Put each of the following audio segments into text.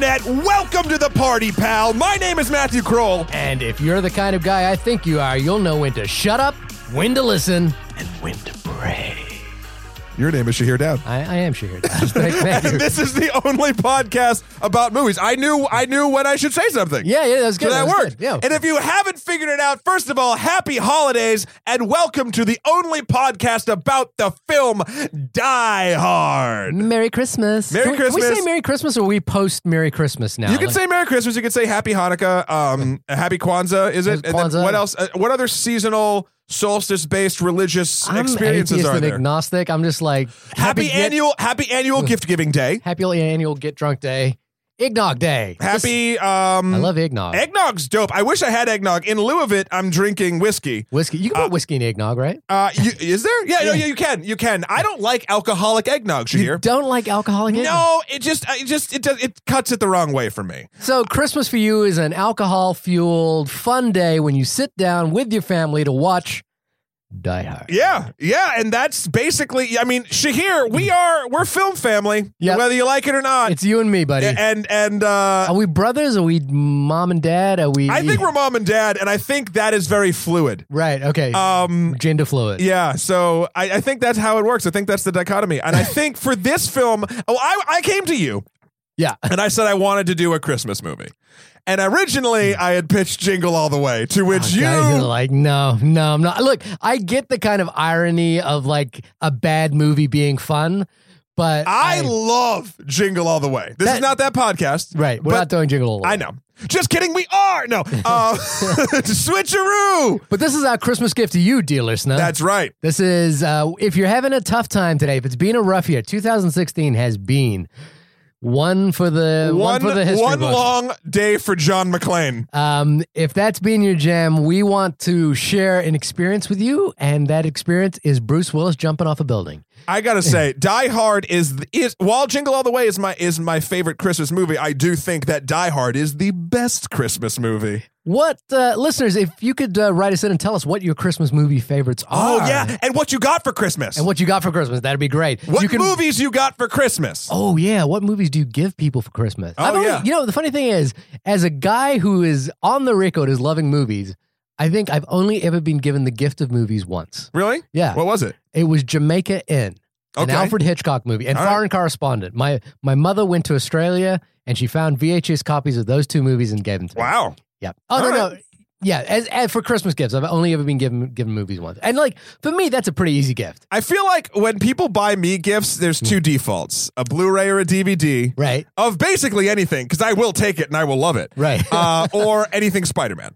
that, welcome to the party, pal. My name is Matthew Kroll. And if you're the kind of guy I think you are, you'll know when to shut up, when to listen. And when to pray. Your name is Shahir Dowd. I, I am Shahir Dowd. Thank, thank you. And this is the only podcast about movies. I knew I knew when I should say something. Yeah, yeah, that was good. So that, was worked. good. Yeah. And if you haven't figured it out, first of all, happy holidays and welcome to the only podcast about the film Die Hard. Merry Christmas. Merry Can we, can we Christmas. say Merry Christmas or we post Merry Christmas now? You can Like- say Merry Christmas. You can say Happy Hanukkah. Um, Happy Kwanzaa. Is it? And then Kwanzaa. what else? Uh, what other seasonal solstice-based religious I'm experiences atheist are and there? agnostic. I'm just like Happy get- annual, happy annual gift giving day. happy annual get drunk day, eggnog day. Just- Happy um, I love eggnog. Eggnog's dope. I wish I had eggnog. In lieu of it, I'm drinking whiskey. whiskey. You can put whiskey in eggnog, right? Uh, you, is there? Yeah, no, yeah, you can. You can. I don't like alcoholic eggnog, Shahir. Don't like alcoholic eggnog. No, it just, I just, it does, it cuts it the wrong way for me. So Christmas for you is an alcohol fueled fun day when you sit down with your family to watch Die Hard. Yeah, yeah, and that's basically. I mean, Shahir, we are we're film family, Yep. whether you like it or not. It's you and me, buddy. and and uh, Are we brothers? Are we mom and dad? Are we? I think we're mom and dad, and I think that is very fluid. right. Okay. Um, Gender fluid. Yeah, so I, I think that's how it works. I think that's the dichotomy. And I think for this film, oh, I, I came to you Yeah. and I said I wanted to do a Christmas movie. And originally Hmm. I had pitched Jingle All the Way, to which you. Guys are Oh, like, no, no, I'm not. Look, I get the kind of irony of like a bad movie being fun, but I love Jingle All the Way. This is That- not that podcast. right, we're but- not doing jingle all the I way. know. Just kidding, we are. No. Uh, switcheroo. But this is our Christmas gift to you, dear listener. That's right. this is uh, if you're having a tough time today, if it's been a rough year, 2016 has been one for the one, One, for the history one books. long day for John McClane. Um, if that's been your jam, we want to share an experience with you, and that experience is Bruce Willis jumping off a building. I gotta say, Die Hard is is while Jingle All the Way is my is my favorite Christmas movie. I do think that Die Hard is the best Christmas movie. What uh, listeners, if you could uh, write us in and tell us what your Christmas movie favorites are, Oh yeah, and what you got for Christmas? and what you got for Christmas, that'd be great. what you can, movies you got for Christmas? Oh yeah, what movies do you give people for Christmas? Oh, I've only- yeah. you know the funny thing is, as a guy who is on the record as loving movies, I think I've only ever been given the gift of movies once. Really? Yeah, What was it? It was Jamaica Inn, an Okay. Alfred Hitchcock movie, and All right. Foreign Correspondent. My my mother went to Australia and she found VHS copies of those two movies and gave them to me. Wow. Yeah. Oh All no no. Yeah, as, as for Christmas gifts, I've only ever been given given movies once, and like for me, that's a pretty easy gift, I feel like when people buy me gifts, there's two defaults: a Blu-ray or a DVD Hmm. right? of basically anything, because I will take it and I will love it, Right. uh, or anything Spider-Man.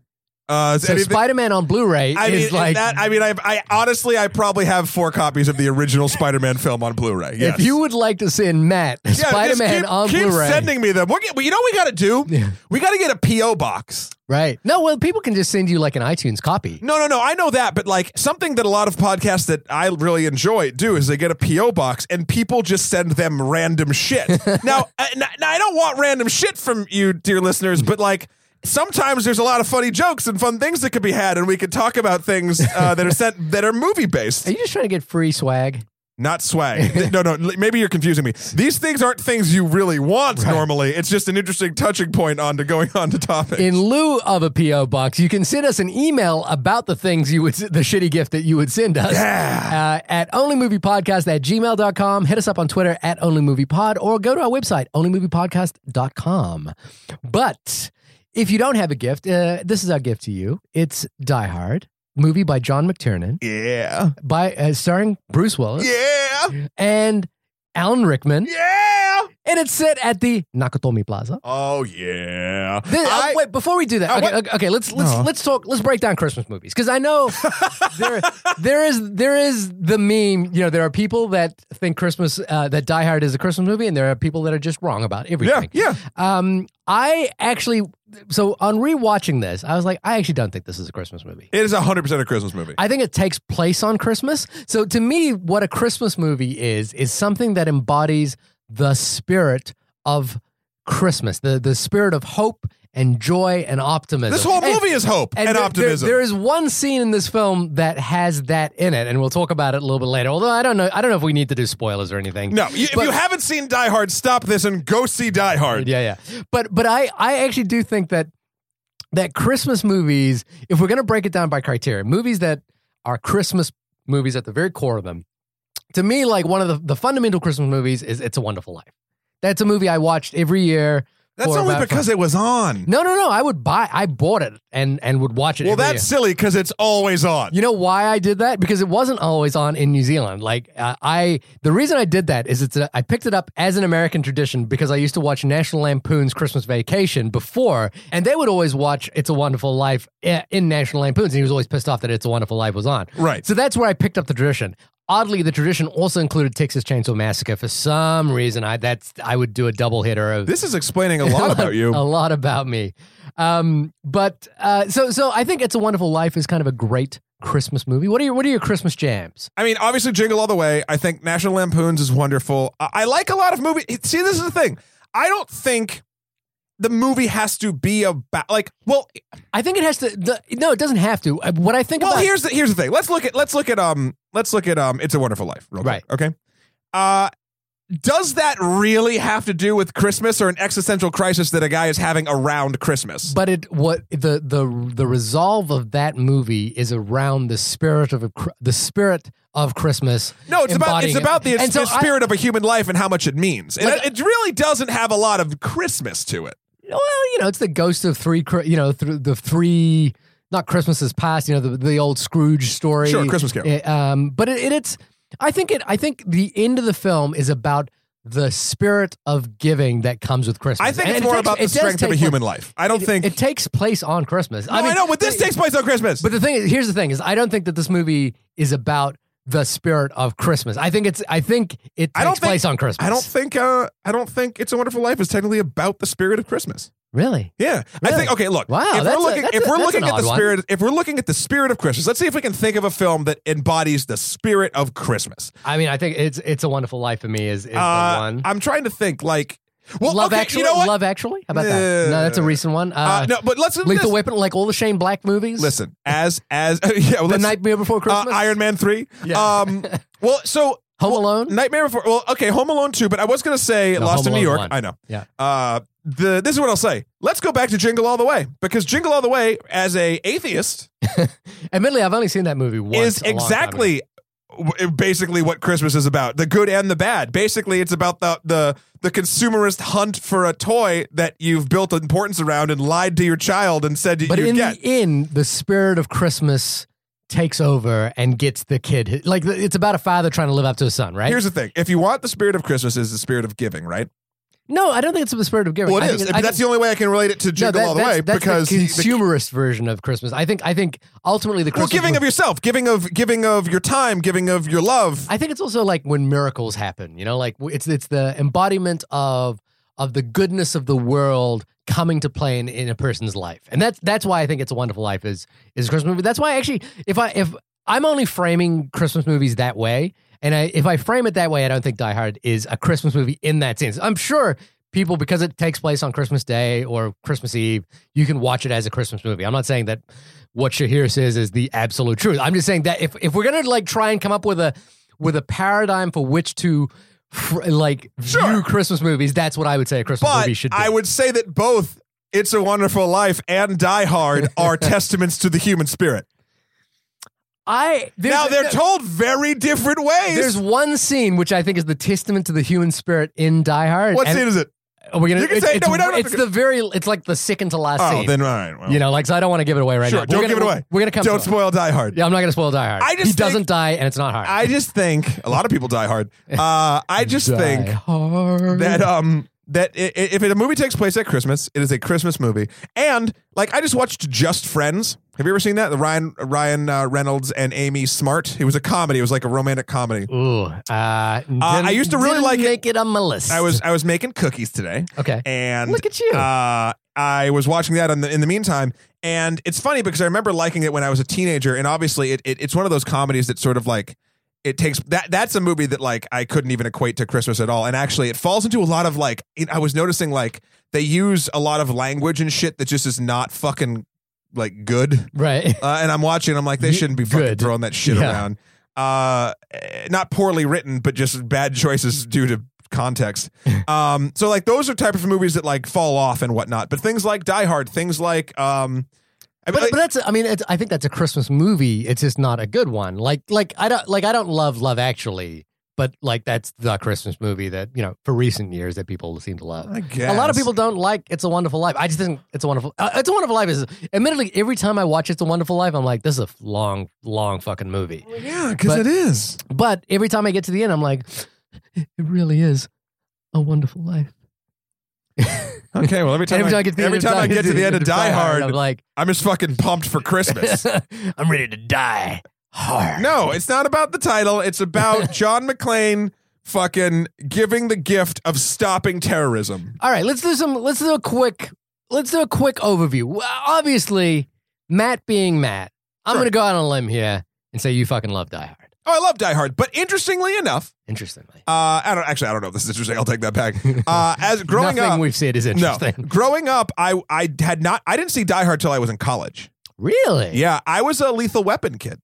Uh, so anything- Spider Man on Blu Ray I mean, is like that, I mean, I, I honestly, I probably have four copies of the original Spider-Man film on Blu-ray. Yes. if you would like to send Matt Yeah, Spider just Man keep- on keep Blu Ray, sending me them. We're get, well, you know, what we got to do. Yeah. We got to get a PO box. right? No, well, people can just send you like an iTunes copy. No, no, no. I know that, but like something that a lot of podcasts that I really enjoy do is they get a PO box and people just send them random shit. now, I, now, I don't want random shit from you, dear listeners, but like. Sometimes there's a lot of funny jokes and fun things that could be had, and we could talk about things uh, that are sent that are movie based. Are you just trying to get free swag? not swag. Th- no, no, l- maybe you're confusing me. These things aren't things you really want normally. It's just an interesting touching point on to going on to topic. In lieu of a PO box, you can send us an email about the things you would the shitty gift that you would send us uh, at onlymoviepodcast at gmail.com. Hit us up on Twitter at onlymoviepod or go to our website onlymoviepodcast.com. But if you don't have a gift, uh, this is our gift to you. It's Die Hard, movie by John McTiernan, yeah. by uh, starring Bruce Willis Yeah. and Alan Rickman, Yeah. and it's set at the Nakatomi Plaza. Oh yeah. This- uh, I- wait, before we do that, Uh, okay, what- okay, okay, let's let's No. let's talk. Let's break down Christmas movies because I know there there is there is the meme. You know, there are people that think Christmas uh, that Die Hard is a Christmas movie, and there are people that are just wrong about yeah. everything. Yeah. Um, I actually, so on rewatching this, I was like, I actually don't think this is a Christmas movie. It is hundred percent a Christmas movie. I think it takes place on Christmas. So to me, what a Christmas movie is is something that embodies the spirit of Christmas, the the spirit of hope and joy and optimism. This whole And- movie is hope and, there- optimism. there- there is one scene in this film that has that in it, and we'll talk about it a little bit later. Although I don't know, I don't know if we need to do spoilers or anything. no, you, if But- you haven't seen Die Hard, stop this and go see Die Hard. Yeah, yeah. But but I I actually do think that that Christmas movies, if we're going to break it down by criteria, movies that are Christmas movies at the very core of them. To me, like one of the, the fundamental Christmas movies is It's a Wonderful Life. That's a movie I watched every year. That's for only about- because it was on. No, no, no. I would buy. I bought it and and would watch it. well, every year. that's silly because it's always on. You know why I did that? Because it wasn't always on in New Zealand. Like uh, I, the reason I did that is it's a, I picked it up as an American tradition because I used to watch National Lampoon's Christmas Vacation before, and they would always watch It's a Wonderful Life i- in National Lampoon's, and he was always pissed off that It's a Wonderful Life was on. Right. So that's where I picked up the tradition. Oddly, the tradition also included Texas Chainsaw Massacre. For some reason, I that's I would do a double hitter of This is explaining a lot about you. a lot about me. Um, but uh, so so I think It's a Wonderful Life is kind of a great Christmas movie. What are your what are your Christmas jams? I mean, obviously, Jingle All the Way. I think National Lampoon's is wonderful. I, I like a lot of movies. See, this is the thing. I don't think the movie has to be about like. Well, I think it has to. The, no, it doesn't have to. Uh, What I think well. about Here's the here's the thing. Let's look at let's look at um let's look at um. It's a Wonderful Life. Real quick, okay. Uh, does that really have to do with Christmas or an existential crisis that a guy is having around Christmas? but it what the the the resolve of that movie is around the spirit of a, cr- the spirit of Christmas. No, it's about it's embodying it. about the, And so the I- spirit of a human life and how much it means. And Like- it, it really doesn't have a lot of Christmas to it. well, you know, it's the ghost of three. Cri- You know, th- the three. Not Christmases past. You know, the the old Scrooge story. Sure, Christmas Carol. Uh, um, but it, it, it's. I think it. I think the end of the film is about the spirit of giving that comes with Christmas. I think And it's it more takes- about it the does strength of a take human life. I don't It, think. it takes place on Christmas. no, I, know, but this the- takes place on Christmas. But the thing is, here's the thing: is I don't think that this movie is about the spirit of Christmas. I think it's. I think it takes I don't think- place on Christmas. I don't think. Uh, I don't think "It's a Wonderful Life" is technically about the spirit of Christmas. really. Yeah, I Really? think. Okay, look. Wow, if that's a- we're looking, that's if a- we're that's looking an at the odd one. spirit, if we're looking at the spirit of Christmas, let's see if we can think of a film that embodies the spirit of Christmas. I mean, I think it's it's a Wonderful Life for me. Is is Uh, the one. I'm trying to think. Like, well, Love okay, Actually. you know what? Love Actually. How about that? No, that's a recent one. Uh, uh, no, but let's Lethal listen. Weapon, like all the Shane Black movies. Listen, as as yeah, well, the let's- Nightmare Before uh, Christmas, Iron Man three. Yeah. Um, well, so Home well, mm. Alone. Nightmare Before. Well, okay, Home Alone two, but I was gonna say No, Lost Home in New York. Alone one. I know. Yeah. Uh, the this is what I'll say. Let's go back to Jingle All the Way because Jingle All the Way, as a atheist, Admittedly, I've only seen that movie once. is a long time ago. exactly w- basically what Christmas is about: the good and the bad. Basically, it's about the the the consumerist hunt for a toy that you've built importance around and lied to your child and said But you'd in get. the end, the spirit of Christmas takes over and gets the kid. Like it's about a father trying to live up to his son, right? Here's the thing: if you want the spirit of Christmas, is the spirit of giving, right? no, I don't think it's the spirit of giving. Well, I it think is. it's- I That's the think- only way I can relate it to no, Jingle that- All the that's, Way that's because the he- the- consumerist version of Christmas. I think. I think ultimately the well, Christmas. giving of yourself, giving of giving of your time, giving of your love. I think it's also like when miracles happen, you know, like w- it's it's the embodiment of of the goodness of the world coming to play in, in a person's life. And that's that's why I think it's a wonderful life is is a Christmas movie. That's why actually if I if I'm only framing Christmas movies that way, and I if I frame it that way, I don't think Die Hard is a Christmas movie in that sense. I'm sure people because it takes place on Christmas Day or Christmas Eve, you can watch it as a Christmas movie. I'm not saying that what Shahir says is the absolute truth. I'm just saying that if if we're gonna like try and come up with a with a paradigm for which to fr- like Sure. view Christmas movies, that's what I would say a Christmas but movie should be. I would say that both "It's a Wonderful Life" and "Die Hard" are testaments to the human spirit. I there's, now they're no, told very different ways. there's one scene which I think is the testament to the human spirit in Die Hard. what and scene is it? We're gonna. You can it's, say- it's, no, we don't have it's to- the very. It's like the second to last Oh, scene. then all right. Well, you know, like so. I don't want to give it away right sure. now. We're Don't gonna- give it we're- away. We're gonna come. Don't to it. spoil Die Hard. Yeah, I'm not gonna spoil Die Hard. I just he think- doesn't die, and it's not hard. I just think a lot of people die hard. Uh, I just Die think hard. that um that i- i- if a movie takes place at Christmas, it is a Christmas movie. And like I just watched Just Friends. Have you ever seen that? The Ryan Ryan uh, Reynolds and Amy Smart. It was a comedy. It was like a romantic comedy. Ooh, uh, I used to really didn't like it. make it. on my list. I was I was making cookies today, okay. and Look at you. uh, I was watching that in the, in the meantime, and it's funny because I remember liking it when I was a teenager, and obviously it, it it's one of those comedies that sort of like it takes that that's a movie that like I couldn't even equate to Christmas at all, and actually it falls into a lot of like it, I was noticing like they use a lot of language and shit that just is not fucking like good. Right. Uh, and I'm watching. I'm like, they Ye- shouldn't be fucking good. throwing that shit Yeah. around. Uh, eh, not poorly written, but just bad choices Mm-hmm. due to context. Um, so like those are type of movies that like fall off and whatnot. But things like Die Hard, things like um, I But, mean, but that's I mean it's, I think that's a Christmas movie. It's just not a good one. Like like I don't like I don't love Love Actually, but like that's the Christmas movie that you know for recent years that people seem to love. I guess A lot of people don't like It's a Wonderful Life. I just think It's a Wonderful uh, It's a Wonderful Life is admittedly every time I watch It's a Wonderful Life I'm like this is a long long fucking movie. Yeah, because but- it is. But every time I get to the end I'm like it really is a wonderful life. Okay, well every time Every I, time I get to the every end of time I get to the end of Die I'm Hard, like I'm just fucking pumped for Christmas. I'm ready to die hard. No, it's not about the title. It's about John McClane fucking giving the gift of stopping terrorism. All right, let's do some. Let's do a quick. Let's do a quick overview. Well, obviously, Matt being Matt, I'm Sure. going to go out on a limb here and say you fucking love Die Hard. Oh, I love Die Hard, but interestingly enough, Interestingly, uh, I don't actually. I don't know if this is interesting. I'll take that back. Uh, as growing nothing up, we've said is no, interesting. growing up, I I had not. I didn't see Die Hard till I was in college. Really? Yeah, I was a Lethal Weapon kid.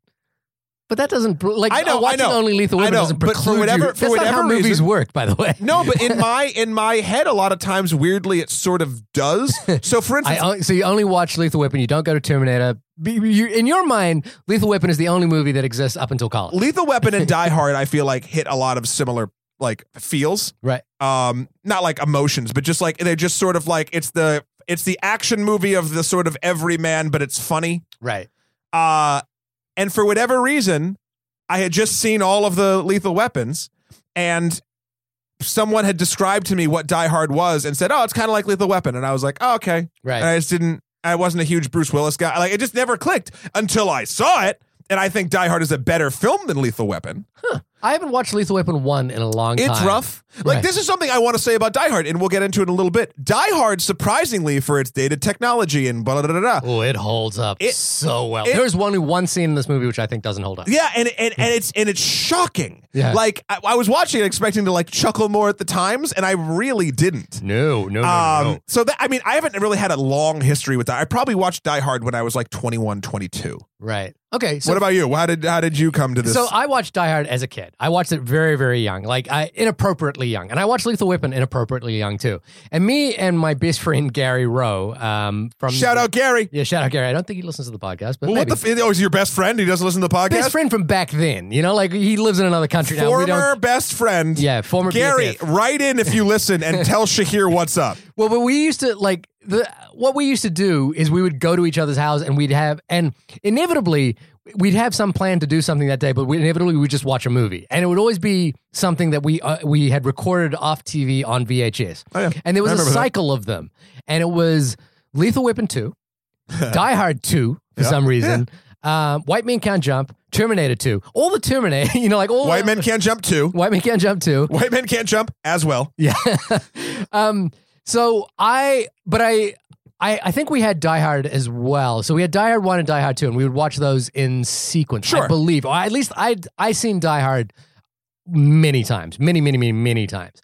But that doesn't pr- like I know, uh, watching I know. only Lethal I Weapon know, doesn't but for preclude you. whatever- for That's not how whatever movies reason- work, by the way. No, but in my in my head, a lot of times, weirdly, it sort of does. So, for I instance, on- so you only watch Lethal Weapon. You don't go to Terminator. Be- you- in your mind, Lethal Weapon is the only movie that exists up until college. Lethal Weapon and Die Hard, I feel like hit a lot of similar like feels. Right. Um, not like emotions, but just like they're just sort of like it's the it's the action movie of the sort of everyman, but it's funny. Right. Uh and for whatever reason, I had just seen all of the lethal weapons and someone had described to me what Die Hard was and said, Oh, it's kinda like Lethal Weapon. And I was like, Oh, okay. Right. And I just didn't. I wasn't a huge Bruce Willis guy. Like it just never clicked until I saw it. And I think Die Hard is a better film than Lethal Weapon. I haven't watched Lethal Weapon one in a long time. It's rough. Like Right. this is something I want to say about Die Hard, and we'll get into it in a little bit. Die Hard, surprisingly, for its dated technology and blah blah blah. blah, blah. Oh, it holds up It- so well. it- There's only one scene in this movie which I think doesn't hold up. Yeah, and and and it's and it's shocking. Yeah. Like I, I was watching it expecting to like chuckle more at the times, and I really didn't. No, no, no, no, Um, no. so that I mean, I haven't really had a long history with that. I probably watched Die Hard when I was like 21, 22. Right. Okay. So, what about you? How did how did you come to this? so um, I watched Die Hard as a kid. I watched it very, very young, like I inappropriately young, and I watched Lethal Weapon inappropriately young too. And me and my best friend Gary Rowe, um, from Shout out Gary. yeah, shout out Gary. I don't think he listens to the podcast, but Well, what maybe. the f- oh, is your best friend? He doesn't listen to the best podcast. friend from back then. You know, like he lives in another country now. We former don't. best friend. Yeah, former Gary, BFF. write in if you listen and tell Shahir what's up. Well, but we used to like the what we used to do is we would go to each other's house and we'd have and inevitably we'd have some plan to do something that day, but we inevitably we would just watch a movie, and it would always be something that we uh, we had recorded off TV on VHS, Oh, yeah. and I there was a remember that. cycle of them, and it was Lethal Weapon two, Die Hard two for Yeah. some reason, um, White Men Can't Jump, Terminator two, all the Terminator, you know, like all White the- men can't jump too. White Men Can't Jump two, White men can't jump as well. yeah. um. So I, but I, I, I think we had Die Hard as well. So we had Die Hard one and Die Hard two, and we would watch those in sequence. I Sure. believe, or at least I, I seen Die Hard many times, many, many, many, many times.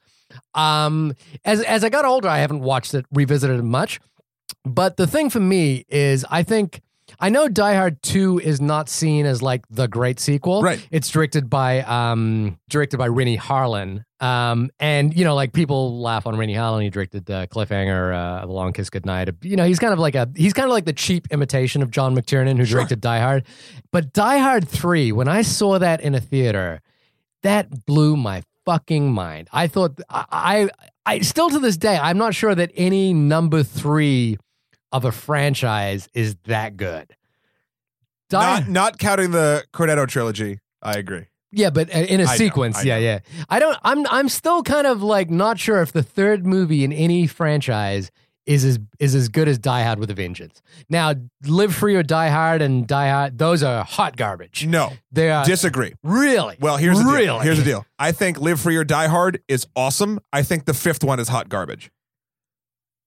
Um. As as I got older, I haven't watched it, revisited it much. But the thing for me is, I think. I know Die Hard 2 is not seen as like the great sequel. Right. It's directed by um directed by Rennie Harlan. Um and you know like people laugh on Rennie Harlan. He directed uh, Cliffhanger, uh, The Long Kiss Goodnight. You know, he's kind of like a he's kind of like the cheap imitation of John McTiernan who Sure. directed Die Hard. But Die Hard 3, when I saw that in a theater, that blew my fucking mind. I thought I, I I still to this day I'm not sure that any number three of a franchise is that good. Die- Not not counting the Cornetto trilogy. I agree. yeah, but in a I know, sequence, I yeah, yeah. I don't. I'm I'm still kind of like not sure if the third movie in any franchise is as is as good as Die Hard with a Vengeance. Now, Live Free or Die Hard and Die Hard, those are hot garbage. No, They are disagree. really Well, here's the really deal. Here's the deal. I think Live Free or Die Hard is awesome. I think the fifth one is hot garbage.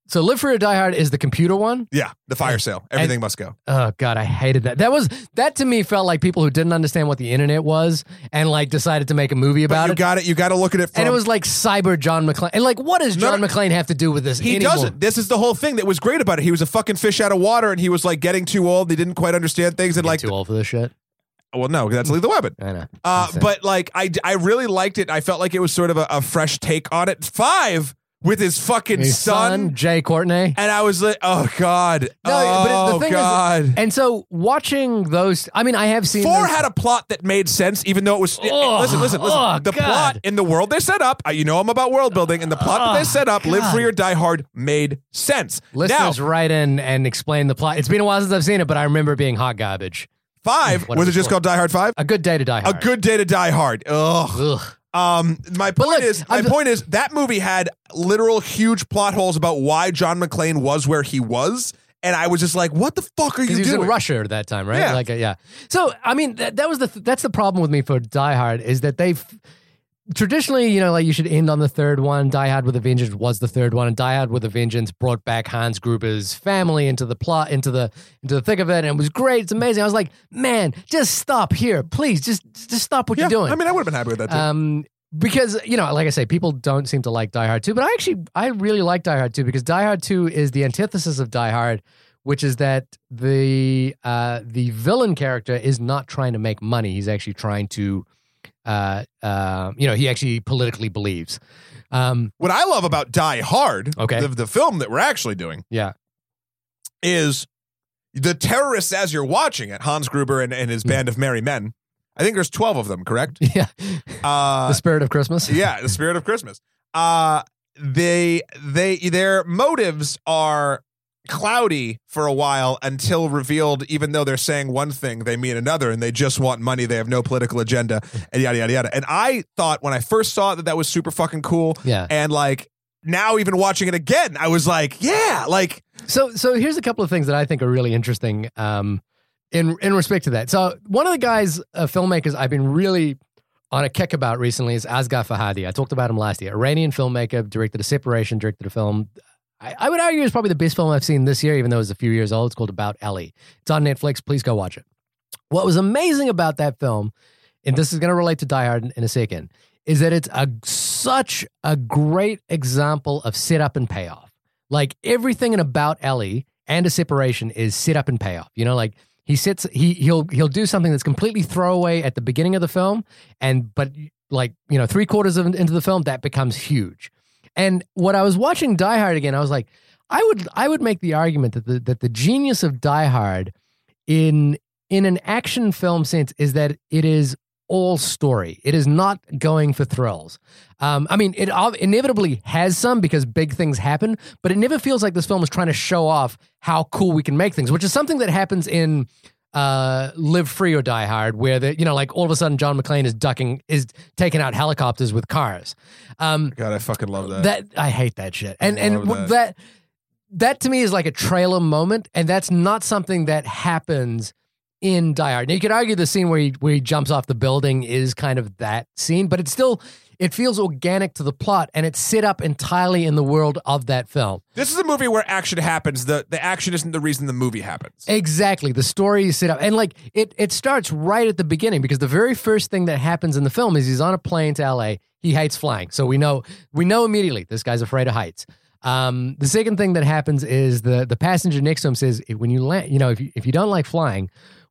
So Live Free or Die Hard is the computer one. Yeah, the fire sale. Everything must go. Oh god, I hated that. That was that to me felt like people who didn't understand what the internet was and like decided to make a movie about You it. got it. You got to look at it. From, and it was like cyber John McClane. And like, what does No, John no. McClane have to do with this? He anymore? doesn't. This is the whole thing that was great about it. He was a fucking fish out of water, and he was like getting too old. They didn't quite understand things, and like, Too old for this shit. well, no, that's lethal weapon. I know. Uh, That's it. but like, I I really liked it. I felt like it was sort of a, a fresh take on it. Five with his fucking His son. Jay Courtney. and I was like, oh god, but oh it- the thing is- god. And so watching those, I mean, I have seen Four those- had a plot that made sense, even though it was. Oh, listen, listen, listen. oh, the God. plot in the world they set up, uh, you know, I'm about world building, and the plot that they set up, Live Oh, God. Free or Die Hard, made sense. now, listeners write in and explain the plot. It's been a while since I've seen it, but I remember it being hot garbage. five What was it is this just for? called Die Hard Five? A good day to die. A Hard. good day to die hard. Ugh. Ugh. Um, my point look, is, my I'm- point is that movie had literal huge plot holes about why John McClane was where he was, and I was just like, "What the fuck are you Because he was doing?" in Russia at that time, right? Yeah. Like, uh, yeah. So, I mean, that, that was the th- that's the problem with me for Die Hard is that they've traditionally, you know, like you should end on the third one. Die Hard with a Vengeance was the third one, and Die Hard with a Vengeance brought back Hans Gruber's family into the plot, into the into the thick of it, and it was great. It's amazing. I was like, man, just stop here, please. Just just stop what yeah, you're doing. I mean, I would have been happy with that too. Um, because you know, like I say, people don't seem to like Die Hard 2, but I actually I really like Die Hard 2 because Die Hard 2 is the antithesis of Die Hard, which is that the uh, the villain character is not trying to make money; he's actually trying to, uh, uh, you know, he actually politically believes. Um, what I love about Die Hard, Okay. the, the film that we're actually doing, yeah, is the terrorists as you're watching it, Hans Gruber and, and his Mm. band of merry men. I think there's 12 of them, correct? yeah, the Uh, spirit of Christmas. yeah, the spirit of Christmas. Uh, they they their motives are cloudy for a while until revealed even though they're saying one thing they mean another and they just want money they have no political agenda and yada yada yada and i thought when i first saw it that that was super fucking cool Yeah. and like now even watching it again i was like yeah like So so here's a couple of things that I think are really interesting um in in respect to that. So one of the guys uh, filmmakers I've been really on a kick about recently is Asghar Fahadi. I talked about him last year. Iranian filmmaker, directed a separation, directed a film. I, I would argue is probably the best film I've seen this year, even though it's a few years old. It's called About Ellie. It's on Netflix. Please go watch it. What was amazing about that film, and this is going to relate to Die Hard in, in a second, is that it's a such a great example of setup and payoff. Like everything in about Ellie and a separation is set up and payoff. You know, like he sits he he'll he'll do something that's completely throwaway at the beginning of the film, and but like you know three quarters of into the film that becomes huge. And what I was watching Die Hard again, I was like, I would I would make the argument that the that the genius of Die Hard in in an action film sense is that it is all story. It is not going for thrills. Um, I mean, it ob- inevitably has some because big things happen, but it never feels like this film is trying to show off how cool we can make things, which is something that happens in uh, Live Free or Die Hard, where the you know like all of a sudden John McClane is ducking is taking out helicopters with cars. Um, god i fucking love that that I hate that shit. And and love w- that that to me is like a trailer moment, and that's not something that happens in Die Hard. Now you could argue the scene where he where he jumps off the building is kind of that scene, but it's still it feels organic to the plot, and it's set up entirely in the world of that film. This is a movie where action happens. The the action isn't the reason the movie happens. Exactly. The story is set up. And like it it starts right at the beginning because the very first thing that happens in the film is he's on a plane to LA. He hates flying. So we know we know immediately this guy's afraid of heights. Um, the second thing that happens is the the passenger next to him says "If- when you land, you know, if you, if you don't like flying,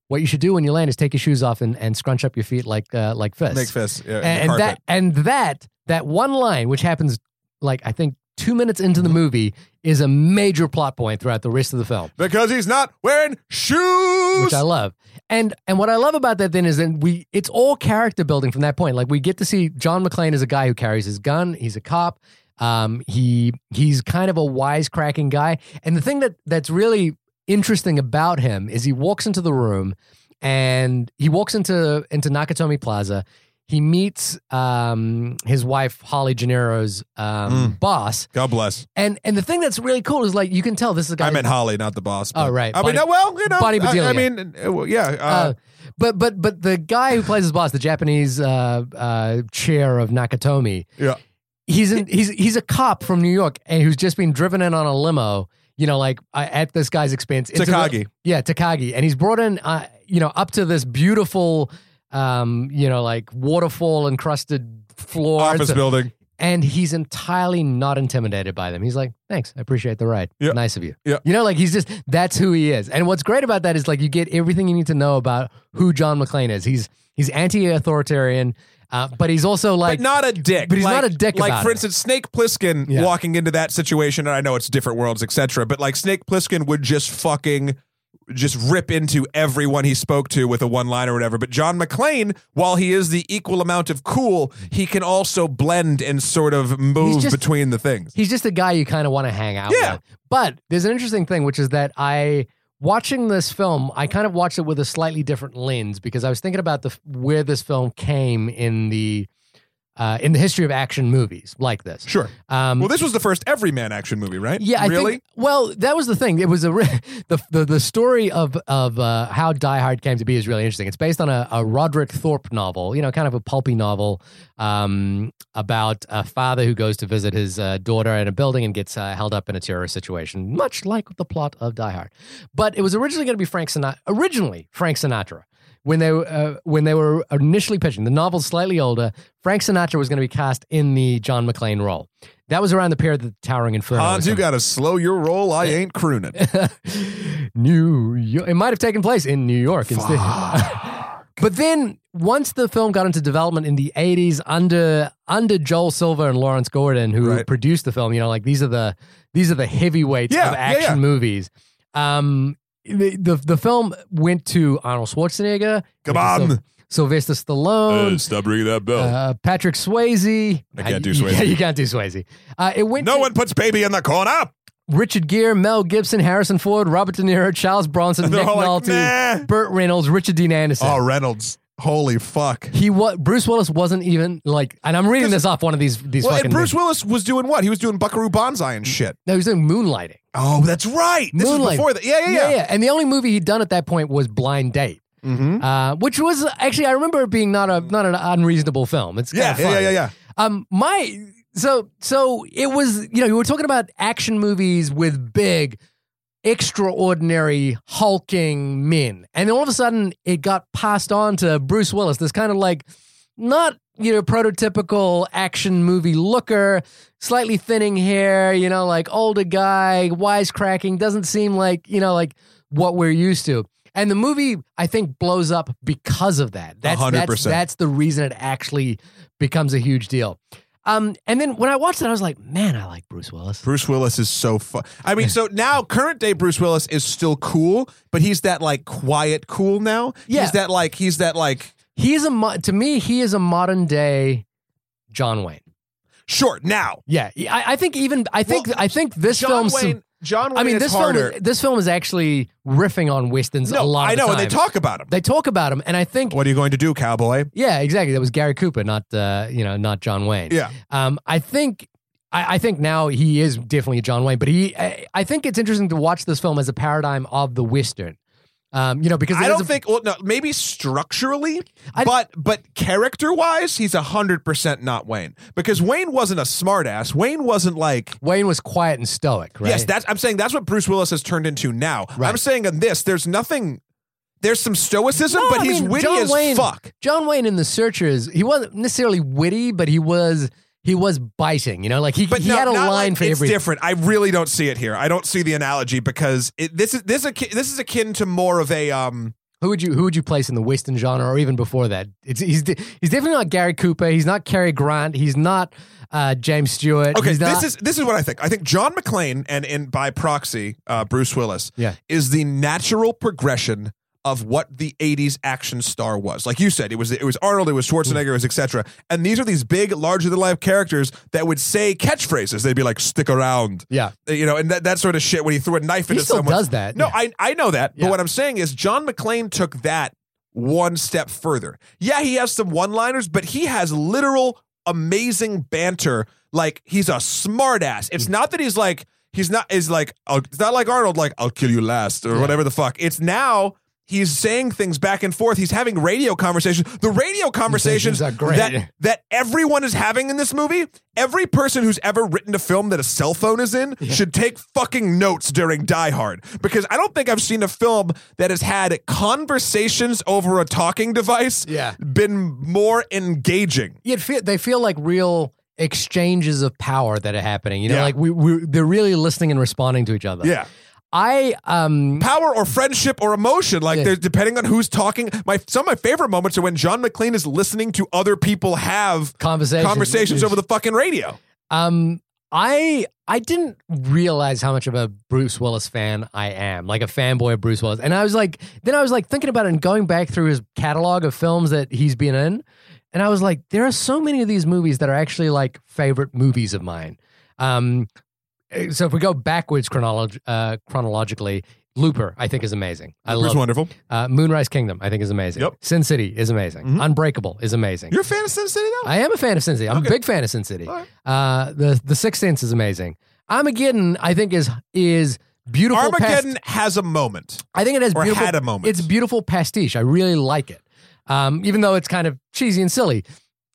what you should do when you land is take your shoes off and, and scrunch up your feet like uh, like fists Make fists. Yeah, and, and that and that that one line which happens like i think two minutes into the movie is a major plot point throughout the rest of the film because he's not wearing shoes. which I love. And and what I love about that then is that we it's all character building from that point. Like we get to see John McClane is a guy who carries his gun. He's a cop. Um, he he's kind of a wisecracking guy. And the thing that that's really interesting about him is he walks into the room, and he walks into into Nakatomi Plaza. He meets um, his wife Holly Gennaro's um, boss, God bless. and and the thing that's really cool is like you can tell this is a guy. I meant Holly, not the boss. Oh, but- right. I mean, Bonnie- no, well, you know, Bonnie I, I Bedelia. mean, uh, well, yeah. Uh, Uh, but but but the guy who plays his boss, the Japanese uh, uh, chair of Nakatomi, yeah. he's in, he's he's a cop from New York and who's just been driven in on a limo. You know, like uh, at this guy's expense. It's a real- Takagi. yeah, Takagi, and he's brought in, uh, you know, up to this beautiful, um, you know, like waterfall encrusted floor, Office It's a- building. and he's entirely not intimidated by them. He's like, "Thanks, I appreciate the ride. Yeah. Nice of you." Yeah. You know, like he's just that's who he is. And what's great about that is like you get everything you need to know about who John McClane is. He's he's anti-authoritarian, uh, but he's also like but not a dick. but he's not a dick Like about for it. instance, Snake Plissken Yeah. walking into that situation, and I know it's different worlds, etc. But like Snake Plissken would just fucking just rip into everyone he spoke to with a one line or whatever. But John McClane, while he is the equal amount of cool, he can also blend and sort of move just- between the things. He's just a guy you kind of want to hang out Yeah. with. But there's an interesting thing, which is that I watching this film, I kind of watched it with a slightly different lens because I was thinking about the where this film came in the uh, in the history of action movies like this. Sure. Um, Well, this was the first Everyman action movie, right? yeah, I really. think. Well, that was the thing. It was a re- the the, the story of of uh, how Die Hard came to be is really interesting. It's based on a, a Roderick Thorpe novel, you know, kind of a pulpy novel um, about a father who goes to visit his uh, daughter in a building and gets uh, held up in a terrorist situation, much like the plot of Die Hard. But it was originally going to be Frank Sinatra. Originally, Frank Sinatra. When they uh, when they were initially pitching the novel's slightly older, Frank Sinatra was going to be cast in the John McClane role. That was around the period that the Towering Inferno. was Hans, you coming gotta slow your roll. I ain't crooning. New York. It might have taken place in New York instead. Ah, but then once the film got into development in the 80s under under Joel Silver and Lawrence Gordon who Right. produced the film, you know, like these are the these are the heavyweights Yeah, of yeah, action yeah. movies. Um the, the the film went to Arnold Schwarzenegger, Come Sylv- on. Sylvester Stallone, stop ringing that bell. uh, Patrick Swayze. Uh, I can't do You- Swayze. you can't do Swayze. Uh, it went no to- one puts baby in the corner. Richard Gere, Mel Gibson, Harrison Ford, Robert De Niro, Charles Bronson, They're Nick all like, Nolte, "Nah." Burt Reynolds, Richard Dean Anderson. Oh, Reynolds. Holy fuck. He wa- Bruce Willis wasn't even like, and I'm reading this off one of these these Well, fucking. and Bruce Willis was doing what? He was doing Buckaroo Banzai and shit. no, he was doing Moonlighting. Oh, that's right. This was Moonlighting. before that. Yeah, yeah, yeah. And the only movie he'd done at that point was Blind Date, Mm-hmm. uh, which was actually I remember it being not a not an unreasonable film. It's Yeah, kinda yeah, yeah, funny. yeah, yeah. Um, my so so it was you know you were talking about action movies with big, extraordinary hulking men, and all of a sudden it got passed on to Bruce Willis. This kind of like not you know prototypical action movie looker, slightly thinning hair, you know like older guy, wisecracking. Doesn't seem like you know like what we're used to. And the movie, I think, blows up because of that. That's, that's 100%. that's the reason it actually becomes a huge deal. Um, and then when I watched it, I was like, man, I like Bruce Willis. Bruce Willis is so fun. I mean, so now current day Bruce Willis is still cool, but he's that like quiet cool now. Yeah. He's that like he's that like He is a mo- to me, he is a modern day John Wayne. short now. Yeah, I, I think even I think Well, I think this John film's Wayne. John Wayne I mean, is this harder. film is, this film is actually riffing on westerns a no, lot. Of I know, the and they time. talk about him. They talk about him, and I think What are you going to do, cowboy? yeah, exactly. That was Gary Cooper, not uh, you know, not John Wayne. Yeah. Um, I think I, I think now he is definitely John Wayne, but he I, I think it's interesting to watch this film as a paradigm of the Western. Um, you know, because it I is don't a- think. Well, no, maybe structurally, I- but but character wise, he's hundred percent not Wayne because Wayne wasn't a smartass. Wayne wasn't like Wayne was quiet and stoic, right? Yes, that's I'm saying that's what Bruce Willis has turned into now. Right. I'm saying in this, there's nothing there's some stoicism, No, but I he's mean, witty John as Wayne- fuck. John Wayne in The Searchers, he wasn't necessarily witty, but he was he was biting. You know, like he But he no, had a not line like- for it's everything. different. I really don't see it here. I don't see the analogy because it, this is this is akin, this is akin to more of a um Who would you who would you place in the Western genre or even before that? It's he's de- he's definitely not Gary Cooper. He's not Cary Grant. He's not uh, James Stewart. Okay, he's not, this is this is what I think. I think John McClane and in by proxy uh, Bruce Willis Yeah. is the natural progression of what the 80s action star was. Like you said, it was it was Arnold, it was Schwarzenegger, it was etc. And these are these big larger than life characters that would say catchphrases. They'd be like stick around. yeah. You know, and that, that sort of shit when he threw a knife He into still someone. does that. No, I I know that, Yeah. but what I'm saying is John McClane took that one step further. Yeah, he has some one-liners, but he has literal amazing banter. Like he's a smartass. Mm. It's not that he's oh, like he's not is like I'll- it's not like Arnold like I'll kill you last or Yeah. whatever the fuck. It's now He's saying things back and forth. He's having radio conversations. The radio conversations are great. that that everyone is having in this movie. Every person who's ever written a film that a cell phone is in should take fucking notes during Die Hard because I don't think I've seen a film that has had conversations over a talking device Yeah. been more engaging. Yet feel, they feel like real exchanges of power that are happening. You know, Yeah. like we, we they're really listening and responding to each other. Yeah. I um power or friendship or emotion. Like Yeah. there's depending on who's talking. My some of my favorite moments are when John McClane is listening to other people have conversations conversations over the fucking radio. um I I didn't realize how much of a Bruce Willis fan I am, like a fanboy of Bruce Willis. And I was like, then I was like thinking about it and going back through his catalog of films that he's been in, and I was like, there are so many of these movies that are actually like favorite movies of mine. Um, eh, so if we go backwards chronolog- uh, chronologically, Looper I think is amazing. I It was love wonderful. Uh, Moonrise Kingdom, I think is amazing. Yep. Sin City is amazing. Mhm. Unbreakable is amazing. You're a fan of Sin City though. I am a fan of Sin City. I'm Okay. a big fan of Sin City. All right. Uh, the the Sixth Sense is amazing. Armageddon, I think is is beautiful. past- Armageddon has a moment I think it has or beautiful. had a moment. It's beautiful pastiche. I really like it. Um, even though it's kind of cheesy and silly.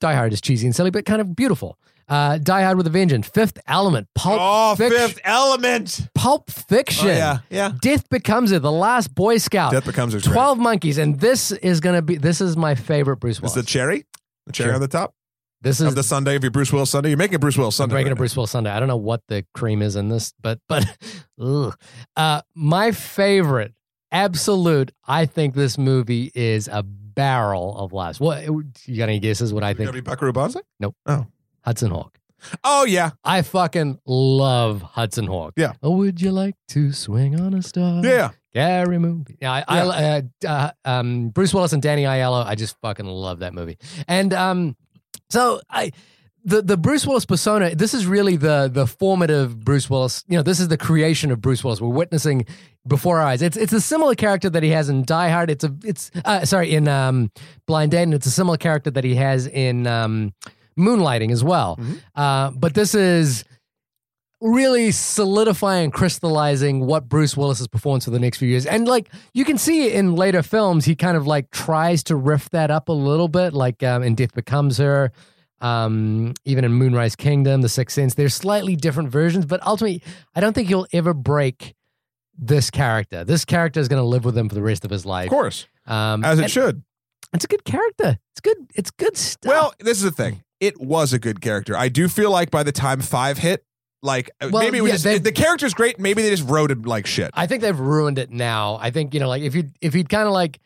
Die Hard is cheesy and silly, but kind of beautiful. Uh, Die Hard with a Vengeance, Fifth Element, Pulp, oh, Fiction, Fifth Element. Pulp Oh, Fiction, yeah, yeah. Death Becomes It, The Last Boy Scout, Death Becomes Her. Twelve. Twelve Monkeys, and this is gonna be this is my favorite Bruce Is Willis. the cherry? The cherry Sure. on the top this of is the Sunday of your Bruce Willis Sunday. You're making a Bruce Willis I'm Sunday. breaking right a Bruce Willis Sunday. I don't know what the cream is in this, but but ugh. Uh, my favorite, absolute. I think this movie is a barrel of laughs. What you got any guesses? What I now. You're think? gonna be Buckaroo Banzai? Hudson Hawk. Oh yeah, I fucking love Hudson Hawk. Yeah. Oh, would you like to swing on a star? yeah. Gary Moonby. Yeah, I, I uh, uh, um, Bruce Willis and Danny Aiello. I just fucking love that movie. And um, so I, the the Bruce Willis persona. This is really the the formative Bruce Willis. You know, this is the creation of Bruce Willis. We're witnessing before our eyes. It's it's a similar character that he has in Die Hard. It's a it's uh, sorry in um, Blind Date, and it's a similar character that he has in um, Moonlighting as well. Mhm. Uh, but this is really solidifying, crystallizing what Bruce Willis has performed for the next few years. And like you can see in later films, he kind of like tries to riff that up a little bit, like um, in Death Becomes Her, um, even in Moonrise Kingdom, The Sixth Sense. They're slightly different versions, but ultimately, I don't think he'll ever break this character. This character is going to live with him for the rest of his Of life. course, Um, as it and should. it's a good character. It's good. It's good stuff. Well, this is the thing. It was a good character. I do feel like by the time five hit, like uh, Well, maybe it was yeah, just, they- the character's great. Maybe they just wrote him like shit. I think they've ruined it now. I think you know, like if you if he'd kind of like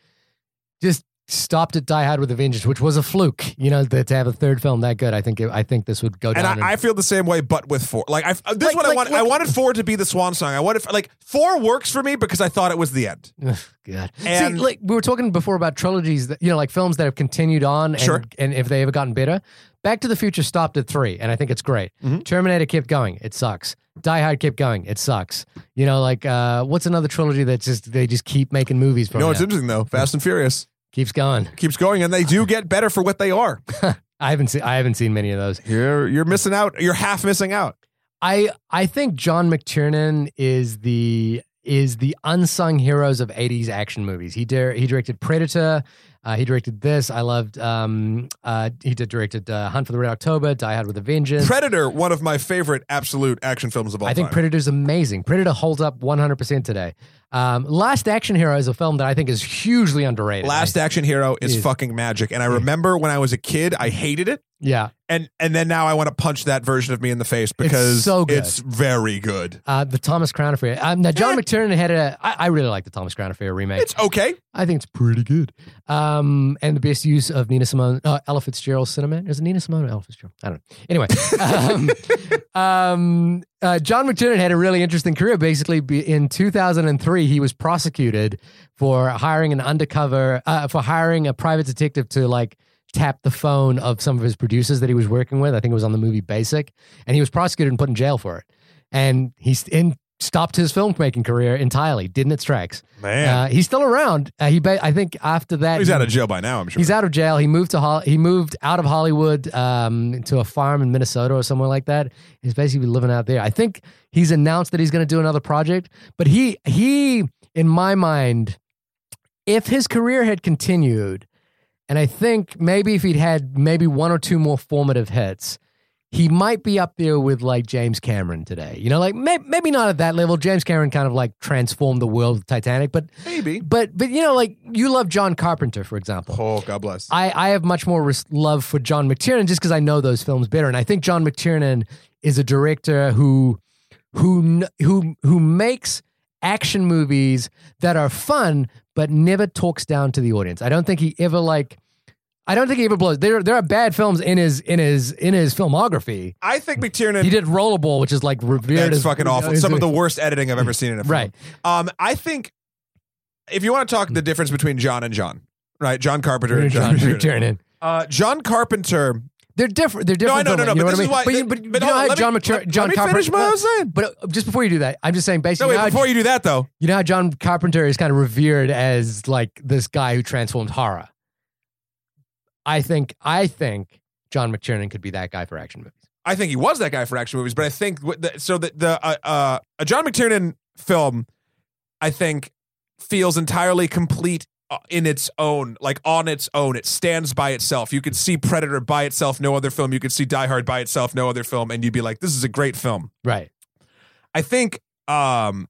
just stopped at Die Hard with a Vengeance, which was a fluke, you know, that to have a third film that good, I think it, I think this would go and down. in- I, I feel the same way, but with four, like I, this is Like- what I like- want. I like- wanted four to be the swan song. I wanted like four works for me because I thought it was the end. Ugh, God. And- See, like we were talking before about trilogies that you know, like films that have continued on and, Sure. and if they ever gotten better. Back to the Future stopped at three, and I think it's great. Mhm. Terminator kept going, it sucks. Die Hard kept going, it sucks. You know, like uh, what's another trilogy that just they just keep making movies You from? know what's now? interesting though? Fast and Furious keeps going. keeps going, and they do get better for what they are. I haven't seen I haven't seen many of those. You're you're missing out. You're half missing out. I I think John McTiernan is the is the unsung heroes of 80s action movies. He dir- he directed Predator, uh, he directed this. I loved um uh he did directed uh, Hunt for the Red October, Die Hard with a Vengeance. Predator, one of my favorite absolute action films of all I think time. Predator's amazing. Predator holds up 100% today. Um, Last Action Hero is a film that I think is hugely underrated. Last Action Hero is Is- fucking magic, and I remember when I was a kid, I hated it. yeah. and and then now I want to punch that version of me in the face because it's, so good. very good. Uh, the Thomas Crown Affair. Um, now John Eh. McTiernan had a. I, I really like the Thomas Crown Affair remake. It's okay. I think it's pretty good. Um, and the best use of Nina Simone, uh, Ella Fitzgerald's cinema. Is it Nina Simone or Ella Fitzgerald? I don't know. Anyway, um, um, uh, John McTiernan had a really interesting career. Basically, be- in 2003, he was prosecuted for hiring an undercover, uh, for hiring a private detective to like tap the phone of some of his producers that he was working with. I think it was on the movie Basic. And he was prosecuted and put in jail for it. And he's in. Stopped his filmmaking career entirely, didn't its tracks. Uh, he's still around. Uh, he, ba- I think, after that, he's he- out of jail by now. I'm sure. He's out of jail. He moved to Hol- he moved out of Hollywood um, to a farm in Minnesota or somewhere like that. He's basically living out there. I think he's announced that he's going to do another project, but he he in my mind if his career had continued, and I think maybe if he'd had maybe one or two more formative hits, he might be up there with like James Cameron today. You know, like may- maybe not at that level. James Cameron kind of like transformed the world with Titanic, but Maybe. but but you know, like you love John Carpenter, for example. Oh, God bless. I, I have much more res- love for John McTiernan just because I know those films better, and I think John McTiernan is a director who who kn- who who makes action movies that are fun but never talks down to the audience. I don't think he ever like. I don't think he ever blows. There there are bad films in his in his in his filmography. I think McTiernan He did Rollerball, which is like revered That's as fucking awful. as- Some of the worst editing I've ever seen in a film. Right. Um, I think if you want to talk the difference between John and John, right? John Carpenter and John Hmm. John McTiernan. McTiernan. Uh, John Carpenter. They're different. They're different. no, no, filmmaking, no, You but know what I this is mean? why- but you, but- but, you but know hold on, how let me- John let- McTiernan, let John me finish Carpenter. what I was saying. But uh, just before you do that, I'm just saying No, basically. wait, you, know how, before you do that though, you know how John Carpenter is kind of revered as like this guy who transformed horror. I think I think John McTiernan could be that guy for action movies. I think he was that guy for action movies, but I think what the, so. The, the uh, uh, a John McTiernan film, I think, feels entirely complete uh, in its own, like on its own. It stands by itself. You could see Predator by itself, no other film. You could see Die Hard by itself, no other film, and you'd be like, "This is a great film." Right. I think um,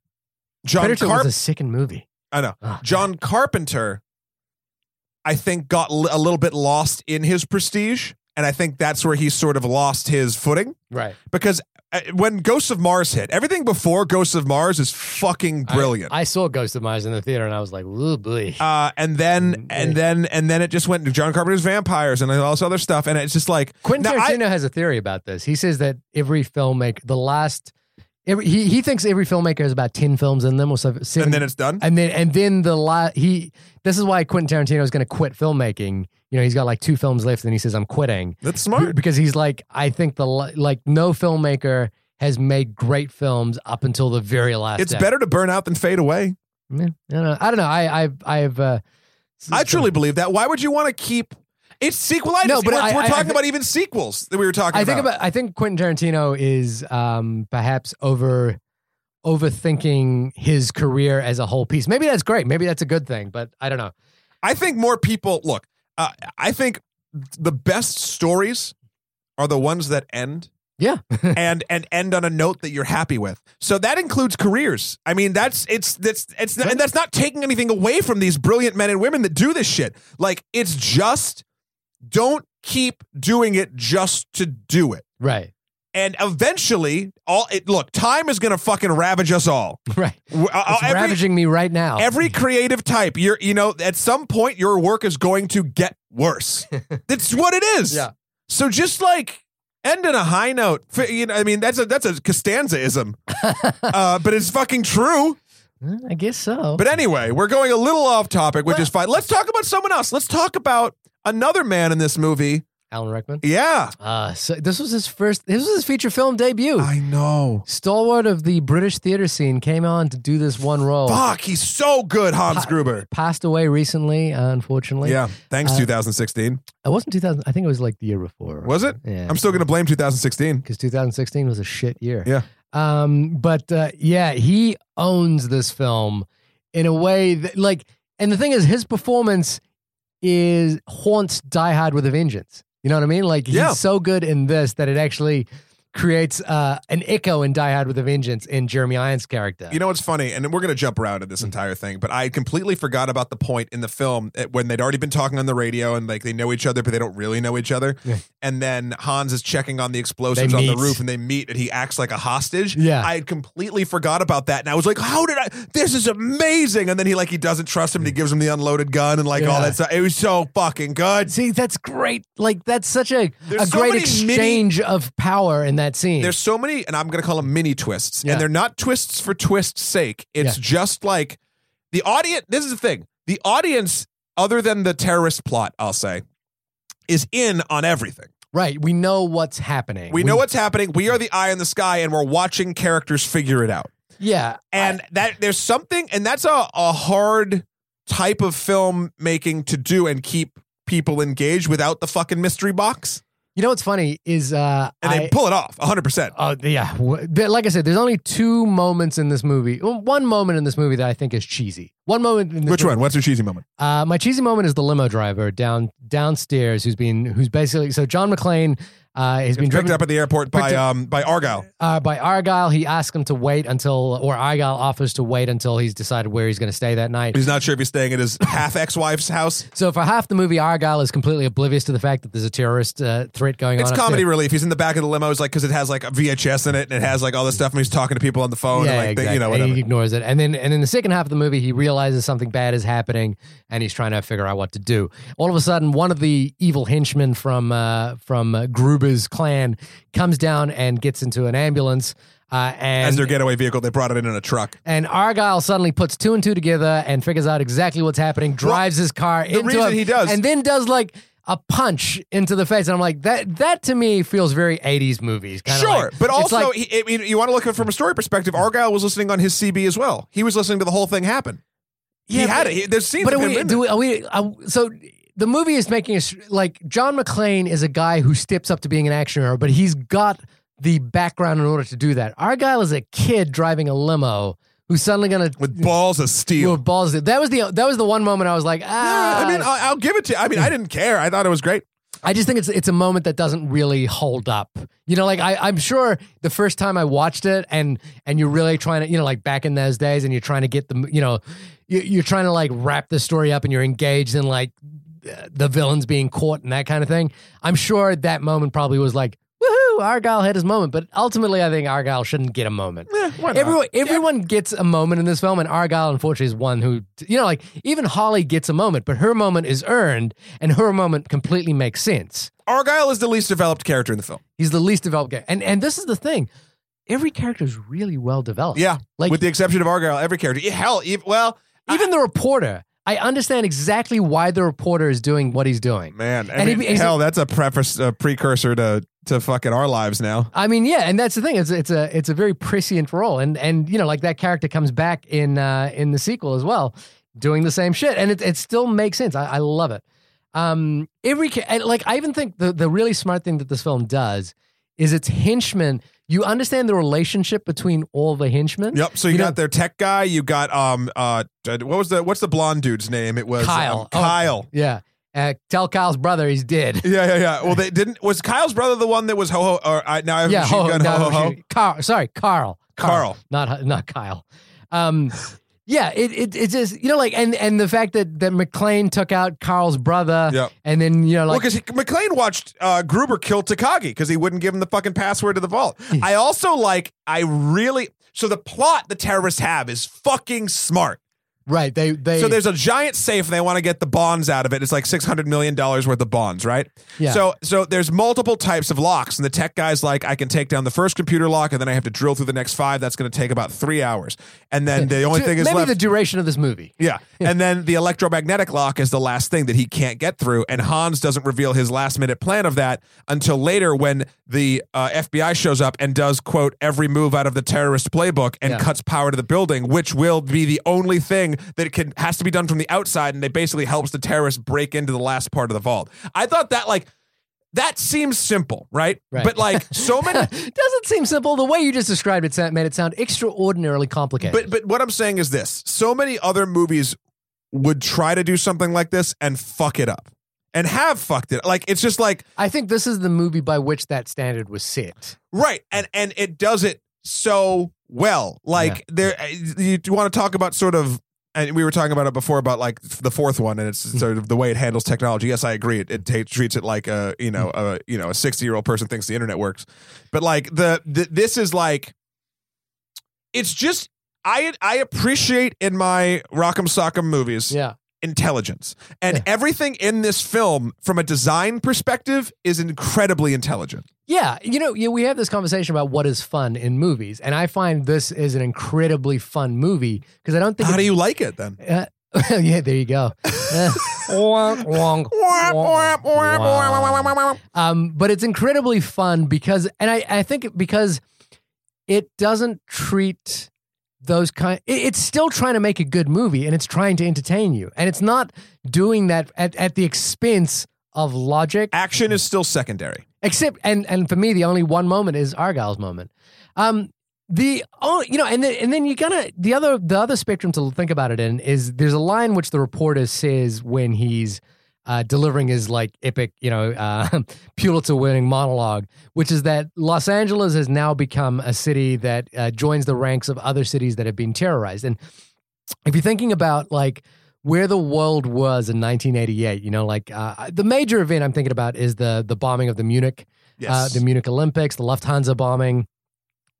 John Predator was Carpenter. a sickened movie. I know. Ugh. John Carpenter, I think, got l- a little bit lost in his prestige. And I think that's where he sort of lost his footing Right. because uh, when Ghosts of Mars hit, everything before Ghosts of Mars is fucking brilliant. I, I saw Ghost of Mars in the theater and I was like, ooh boy. uh, and then, Mm, and yeah. then, and then it just went to John Carpenter's vampires and all this other stuff. And it's just like, Quentin Now, I- Tarantino has a theory about this. He says that every filmmaker, the last, every, he he thinks every filmmaker has about ten films in them or so- seven, and then it's done. and then and then the la- he. This is why Quentin Tarantino is going to quit filmmaking. You know, he's got like two films left, and he says, "I'm quitting," That's smart. because he's like, I think the la- like no filmmaker has made great films up until the very last. It's day. better to burn out than fade away. Yeah, I don't know. I don't know. I I've I've. Uh, s- I truly believe that. Why would you want to keep? It's sequelitis. No, but we're, I- we're I- I talking thi- about even sequels that we were talking I think about. I think Quentin Tarantino is um, perhaps over overthinking his career as a whole piece. Maybe that's great. Maybe that's a good thing. But I don't know. I think more people look. Uh, I think the best stories are the ones that end. Yeah. and and end on a note that you're happy with. So that includes careers. I mean, that's it's that's it's and that's not taking anything away from these brilliant men and women that do this shit. Like it's just don't keep doing it just to do it. Right. And eventually, all it look time is gonna fucking ravage us all. Right. W- uh, It's ravaging me right now. every creative type you're you know at some point your work is going to get worse that's what it is Yeah. so just like end on a high note F- you know i mean that's a that's a costanzaism uh, but it's fucking true Well, I guess so. but anyway we're going a little off topic which Well- is fine let's talk about someone else let's talk about another man in this movie Alan Rickman. yeah Uh, so this was his first. This was his feature film debut. i know Stalwart of the British theater scene came on to do this one role. fuck he's so good hans Pa- gruber Passed away recently, uh, unfortunately. yeah thanks Uh, 2016 it wasn't 2000. I think it was like the year before. was it Yeah, i'm still gonna blame 2016 because 2016 was a shit year. Yeah. Um, but uh, yeah, he owns this film in a way that, like, and the thing is, his performance is haunts Die Hard with a vengeance. You know what I mean? Like, he's Yeah. so good in this that it actually creates uh, an echo in Die Hard with a vengeance in Jeremy Irons' character. You know what's funny, and we're gonna jump around at Mm-hmm. this entire thing, but I completely forgot about the point in the film at- when they'd already been talking on the radio and like they know each other, but they don't really know each other. Yeah. And then Hans is checking on the explosives They on the meet. roof, and they meet, and he acts like a hostage. Yeah. I had completely forgot about that, and I was like, "How did I? This is amazing!" And then he like he doesn't trust him, and he gives him the unloaded gun and like all Yeah. that stuff. It was so fucking good. See, that's great. Like, that's such a, There's a so great many mini- exchange of power in that scene. There's so many, and I'm going to call them mini twists, Yeah. and they're not twists for twist's sake. It's just like the audience. This is the thing: the audience, other than the terrorist plot, I'll say, is in on everything. right. We know what's happening. We, know what's happening. We are the eye in the sky, and we're watching characters figure it out. Yeah. And that there's something, and that's a, a hard type of film making to do and keep people engaged without the fucking mystery box. You know what's funny is uh, and I, they pull it off 100%. Oh yeah, W- but like I said, there's only two moments in this movie. well, One moment in this movie that I think is cheesy. One moment. In this Which movie- one? What's your cheesy moment? Uh, my cheesy moment is the limo driver down downstairs who's been who's basically so John McClane uh, has been Picked driven up at the airport by picked um by Argyle. uh, by Argyle. He asks him to wait until, or Argyle offers to wait until he's decided where he's going to stay that night. He's not sure if he's staying at his half ex-wife's house. So for half the movie, Argyle is completely oblivious to the fact that there's a terrorist uh, threat going It's on. comedy upstairs. relief. He's in the back of the limo. It's like because it has like a VHS in it and it has like all this stuff. And he's talking to people on the phone. and, Yeah, like exactly. they, you know And whatever. he ignores it, and then and in the second half of the movie, he realizes something bad is happening, and he's trying to figure out what to do. All of a sudden, one of the evil henchmen from uh, from uh, Gruber's clan comes down and gets into an ambulance, uh, and As their getaway vehicle, they brought it in in a truck. And Argyle suddenly puts two and two together and figures out exactly what's happening, drives his car into reason him, he does- and then does like a punch into the face. And I'm like, that that to me feels very 80s movies. Kinda Sure, like- but it's also like- he, I mean, you want to look at it from a story perspective. Argyle was listening on his CB as well. He was listening to the whole thing happen. Yeah, he had but- it. He, there's scenes. but of are him we, in do there. we, are we are, so the movie is making us like John McClane is a guy who steps up to being an action hero, but he's got the background in order to do that. Argyle is a kid driving a limo who's suddenly gonna with balls of steel. who balls it. That was the that was the one moment I was like, ah, Yeah, I mean, I'll, I'll give it to you. I mean, I didn't care. I thought it was great. I just think it's it's a moment that doesn't really hold up. You know, like I, I'm sure the first time I watched it, and and you're really trying to, you know, like back in those days, and you're trying to get the, you know, you, you're trying to like wrap the story up, and you're engaged in like uh, the villains being caught and that kind of thing. I'm sure that moment probably was like, woohoo, Argyle had his moment, but ultimately, I think Argyle shouldn't get a moment. why not? Everyone, everyone gets a moment in this film, and Argyle, unfortunately, is one who, you know, like even Holly gets a moment, but her moment is earned, and her moment completely makes sense. Argyle is the least developed character in the film. He's the least developed guy, and and this is the thing, every character is really well developed. Yeah, like with the exception of Argyle, every character. yeah, Hell, even, well, even the reporter. I understand exactly why the reporter is doing what he's doing. man, I And he- mean, he's- hell, that's a preface, a precursor to to fucking our lives now. I mean, yeah, and that's the thing. It's it's a it's a very prescient role, and and you know, like that character comes back in uh, in the sequel as well, doing the same shit, and it it still makes sense. I, I love it. Um, every ca- and, like I even think the the really smart thing that this film does is its henchmen. You understand the relationship between all the henchmen. Yep. So you, You know- got their tech guy. You got um uh what was the what's the blonde dude's name? It was Kyle. um, Oh. Kyle. Yeah. Uh, tell Kyle's brother he's dead. Yeah, yeah, yeah. Well, they didn't. Was Kyle's brother the one that was ho ho? Or I now I have yeah, a machine ho, gun no, ho ho ho. she- Carl, sorry, Carl, Carl. not not Kyle. Um, yeah, it, it it just you know like and and the fact that that McLean took out Carl's brother, Yep. and then you know Well, like because McLean watched uh, Gruber kill Takagi because he wouldn't give him the fucking password to the vault. I also like. I really. So the plot the terrorists have is fucking smart. right they they So there's a giant safe and they want to get the bonds out of it. It's like $600 million worth of bonds, right? Yeah. So so there's multiple types of locks and the tech guy's like I can take down the first computer lock and then I have to drill through the next 5. That's going to take about 3 hours. And then the only Du- thing is maybe left the duration of this movie. yeah. And then the electromagnetic lock is the last thing that he can't get through. And Hans doesn't reveal his last minute plan of that until later when the uh, FBI shows up and does, quote, every move out of the terrorist playbook and Yeah. cuts power to the building, which will be the only thing that can has to be done from the outside. And they basically helps the terrorist break into the last part of the vault. I thought that, like, that seems simple, right? Right. But, like, so many. Doesn't seem simple. The way you just described it sa- made it sound extraordinarily complicated. But but what I'm saying is this: so many other movies would try to do something like this and fuck it up, and have fucked it. Like it's just like I think this is the movie by which that standard was set. right, and and it does it so well. Like there, eh, you want to talk about sort of. And we were talking about it before about like the fourth one, and it's Hmm. sort of the way it handles technology. Yes, I agree. It, it ta- treats it like a you Hmm. know a you know a sixty year old person thinks the internet works, but like the, the this is like it's just I I appreciate in my Rock'em Sock'em movies Yeah, intelligence. And Yeah. everything in this film, from a design perspective, is incredibly intelligent. Yeah, you know, yeah, we have this conversation about what is fun in movies, and I find this is an incredibly fun movie because I don't think. How it- do you like it then? Uh, yeah, there you go. Uh, wonk, wonk, wonk, wonk. Um, but it's incredibly fun because, and I, I think because it doesn't treat those kind. It, it's still trying to make a good movie, and it's trying to entertain you, and it's not doing that at, at the expense of logic Action is still secondary. Except, and and for me, the only one moment is Argyle's moment. Um, the only, you know, and then and then you gotta the other the other spectrum to think about it in is there's a line which the reporter says when he's uh, delivering his like epic, you know, uh, Pulitzer winning monologue, which is that Los Angeles has now become a city that uh, joins the ranks of other cities that have been terrorized. And if you're thinking about like where the world was in 1988, you know, like uh, the major event I'm thinking about is the the bombing of the Munich, uh, Yes. the Munich Olympics, the Lufthansa bombing.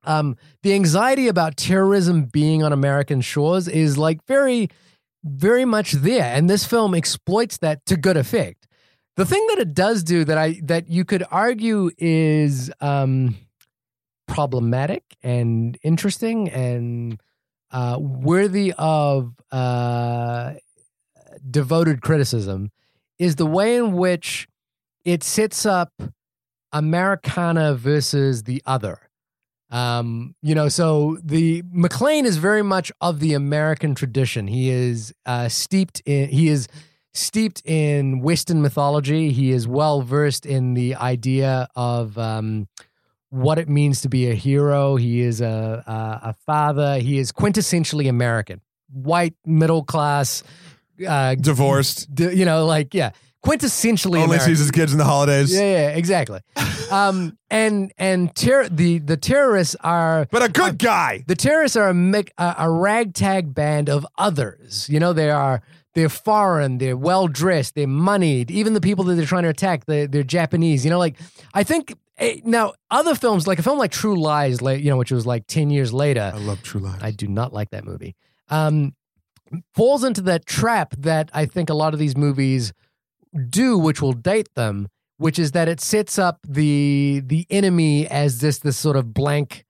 Um, the anxiety about terrorism being on American shores is like very, very much there, and this film exploits that to good effect. The thing that it does do that I that you could argue is um, problematic and interesting and uh, worthy of uh, devoted criticism is the way in which it sets up Americana versus the other. Um, you know, so the McLean is very much of the American tradition. He is uh, steeped in he is steeped in Western mythology. He is well versed in the idea of um, what it means to be a hero. He is a, a a father. He is quintessentially American, white middle class. Uh, Divorced. d- you know, like yeah, quintessentially Only American. sees his kids in the holidays. Yeah, yeah, exactly. um, and and ter- the the terrorists are But a good guy. the terrorists are a, mic- a, a ragtag band of others. You know, they are they're foreign, they're well dressed, they're moneyed. Even the people that they're trying to attack, they're, they're Japanese. You know, like I think eh, now other films, like a film like True Lies, like you know, which was like ten years later, I love True Lies. I do not like that movie. Um, falls into that trap that I think a lot of these movies do, which will date them, which is that it sets up the the enemy as this this sort of blank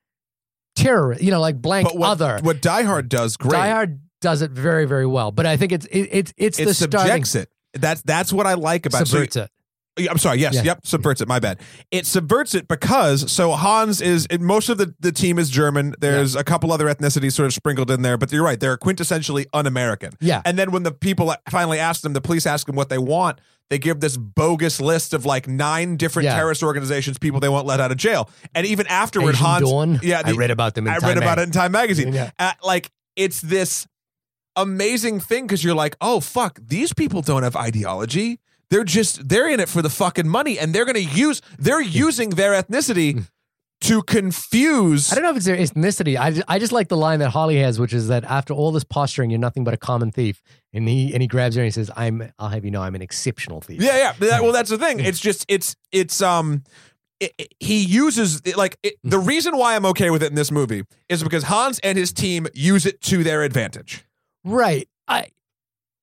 terror, you know, like blank but what, other. what Die Hard does great. Die Hard does it very very well, but I think it's it, it's it's it the starting subjects it. That's that's what I like about so- subverts it. Yeah, I'm sorry. Yes. Yeah. Yep. Subverts it. My bad. It subverts it because so Hans is it, most of the, the team is German. There's a couple other ethnicities sort of sprinkled in there, but you're right. They're quintessentially un-American. Yeah. And then when the people finally ask them, the police ask them what they want. They give this bogus list of like nine different Yeah. terrorist organizations, people they won't let out of jail. And even afterward, Asian Hans. Dawn. Yeah. I the- read about them. In I Time read about it in Time Magazine. Yeah. Uh, like it's this amazing thing because you're like, oh fuck, these people don't have ideology. They're just they're in it for the fucking money, and they're gonna use they're Hmm. using their ethnicity to confuse. I don't know if it's their ethnicity. I, I just like the line that Holly has, which is that after all this posturing, you're nothing but a common thief. And he and he grabs her and he says, "I'm. I'll have you know, I'm an exceptional thief." Yeah, yeah. That- well, that's the thing. It's just it's it's um. It, it- he uses it- like it, the reason why I'm okay with it in this movie is because Hans and his team use it to their advantage. Right. I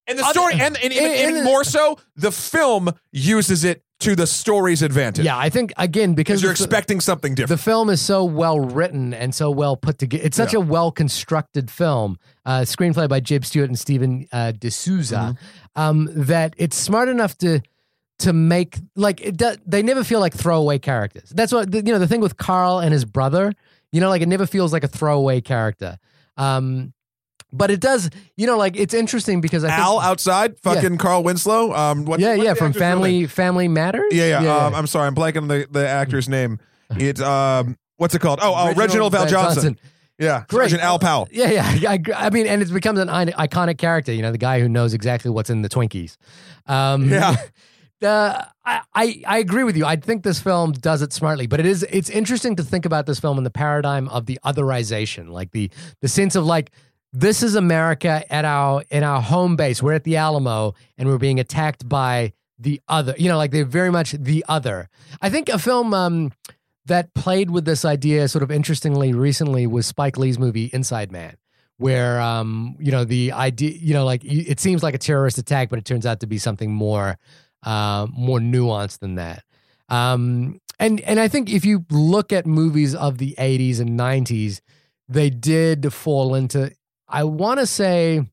And the Other- story, and, and even, And- even and- more so, the film uses it to the story's advantage. yeah. I think again because Because you're the, expecting something the different. film is so well written and so well put together. It's such a well constructed film. Uh, screenplay by Jib Stewart and Stephen uh, D'Souza. Mm-hmm. Um, that it's smart enough to to make like it do, they never feel like throwaway characters. That's what the, you know the thing with Carl and his brother. You know, like it never feels like a throwaway character. Um, but it does. You know, like it's interesting because I think, Al outside, fucking Carl Winslow. Um, what, yeah, what's yeah, the from actor's real name? Family Family Matters. Yeah, yeah. um, I'm sorry, I'm blanking on the, the actor's Mm-hmm. name. It's um, what's it called? Oh, oh Reginald, Val Johnson. Yeah, Great. Sergeant Al Powell. Yeah, yeah. I, I mean, and it becomes an i- iconic character. You know, the guy who knows exactly what's in the Twinkies. Um, Yeah. Uh, I, I I agree with you. I think this film does it smartly, but it is it's interesting to think about this film in the paradigm of the otherization, like the the sense of like this is America at our in our home base. We're at the Alamo, and we're being attacked by the other. You know, like they're very much the other. I think a film um, that played with this idea sort of interestingly recently was Spike Lee's movie Inside Man, where um, you know the idea, you know, like y- it seems like a terrorist attack, but it turns out to be something more, uh, more nuanced than that. Um, and and I think if you look at movies of the '80s and '90s, they did fall into. I want to say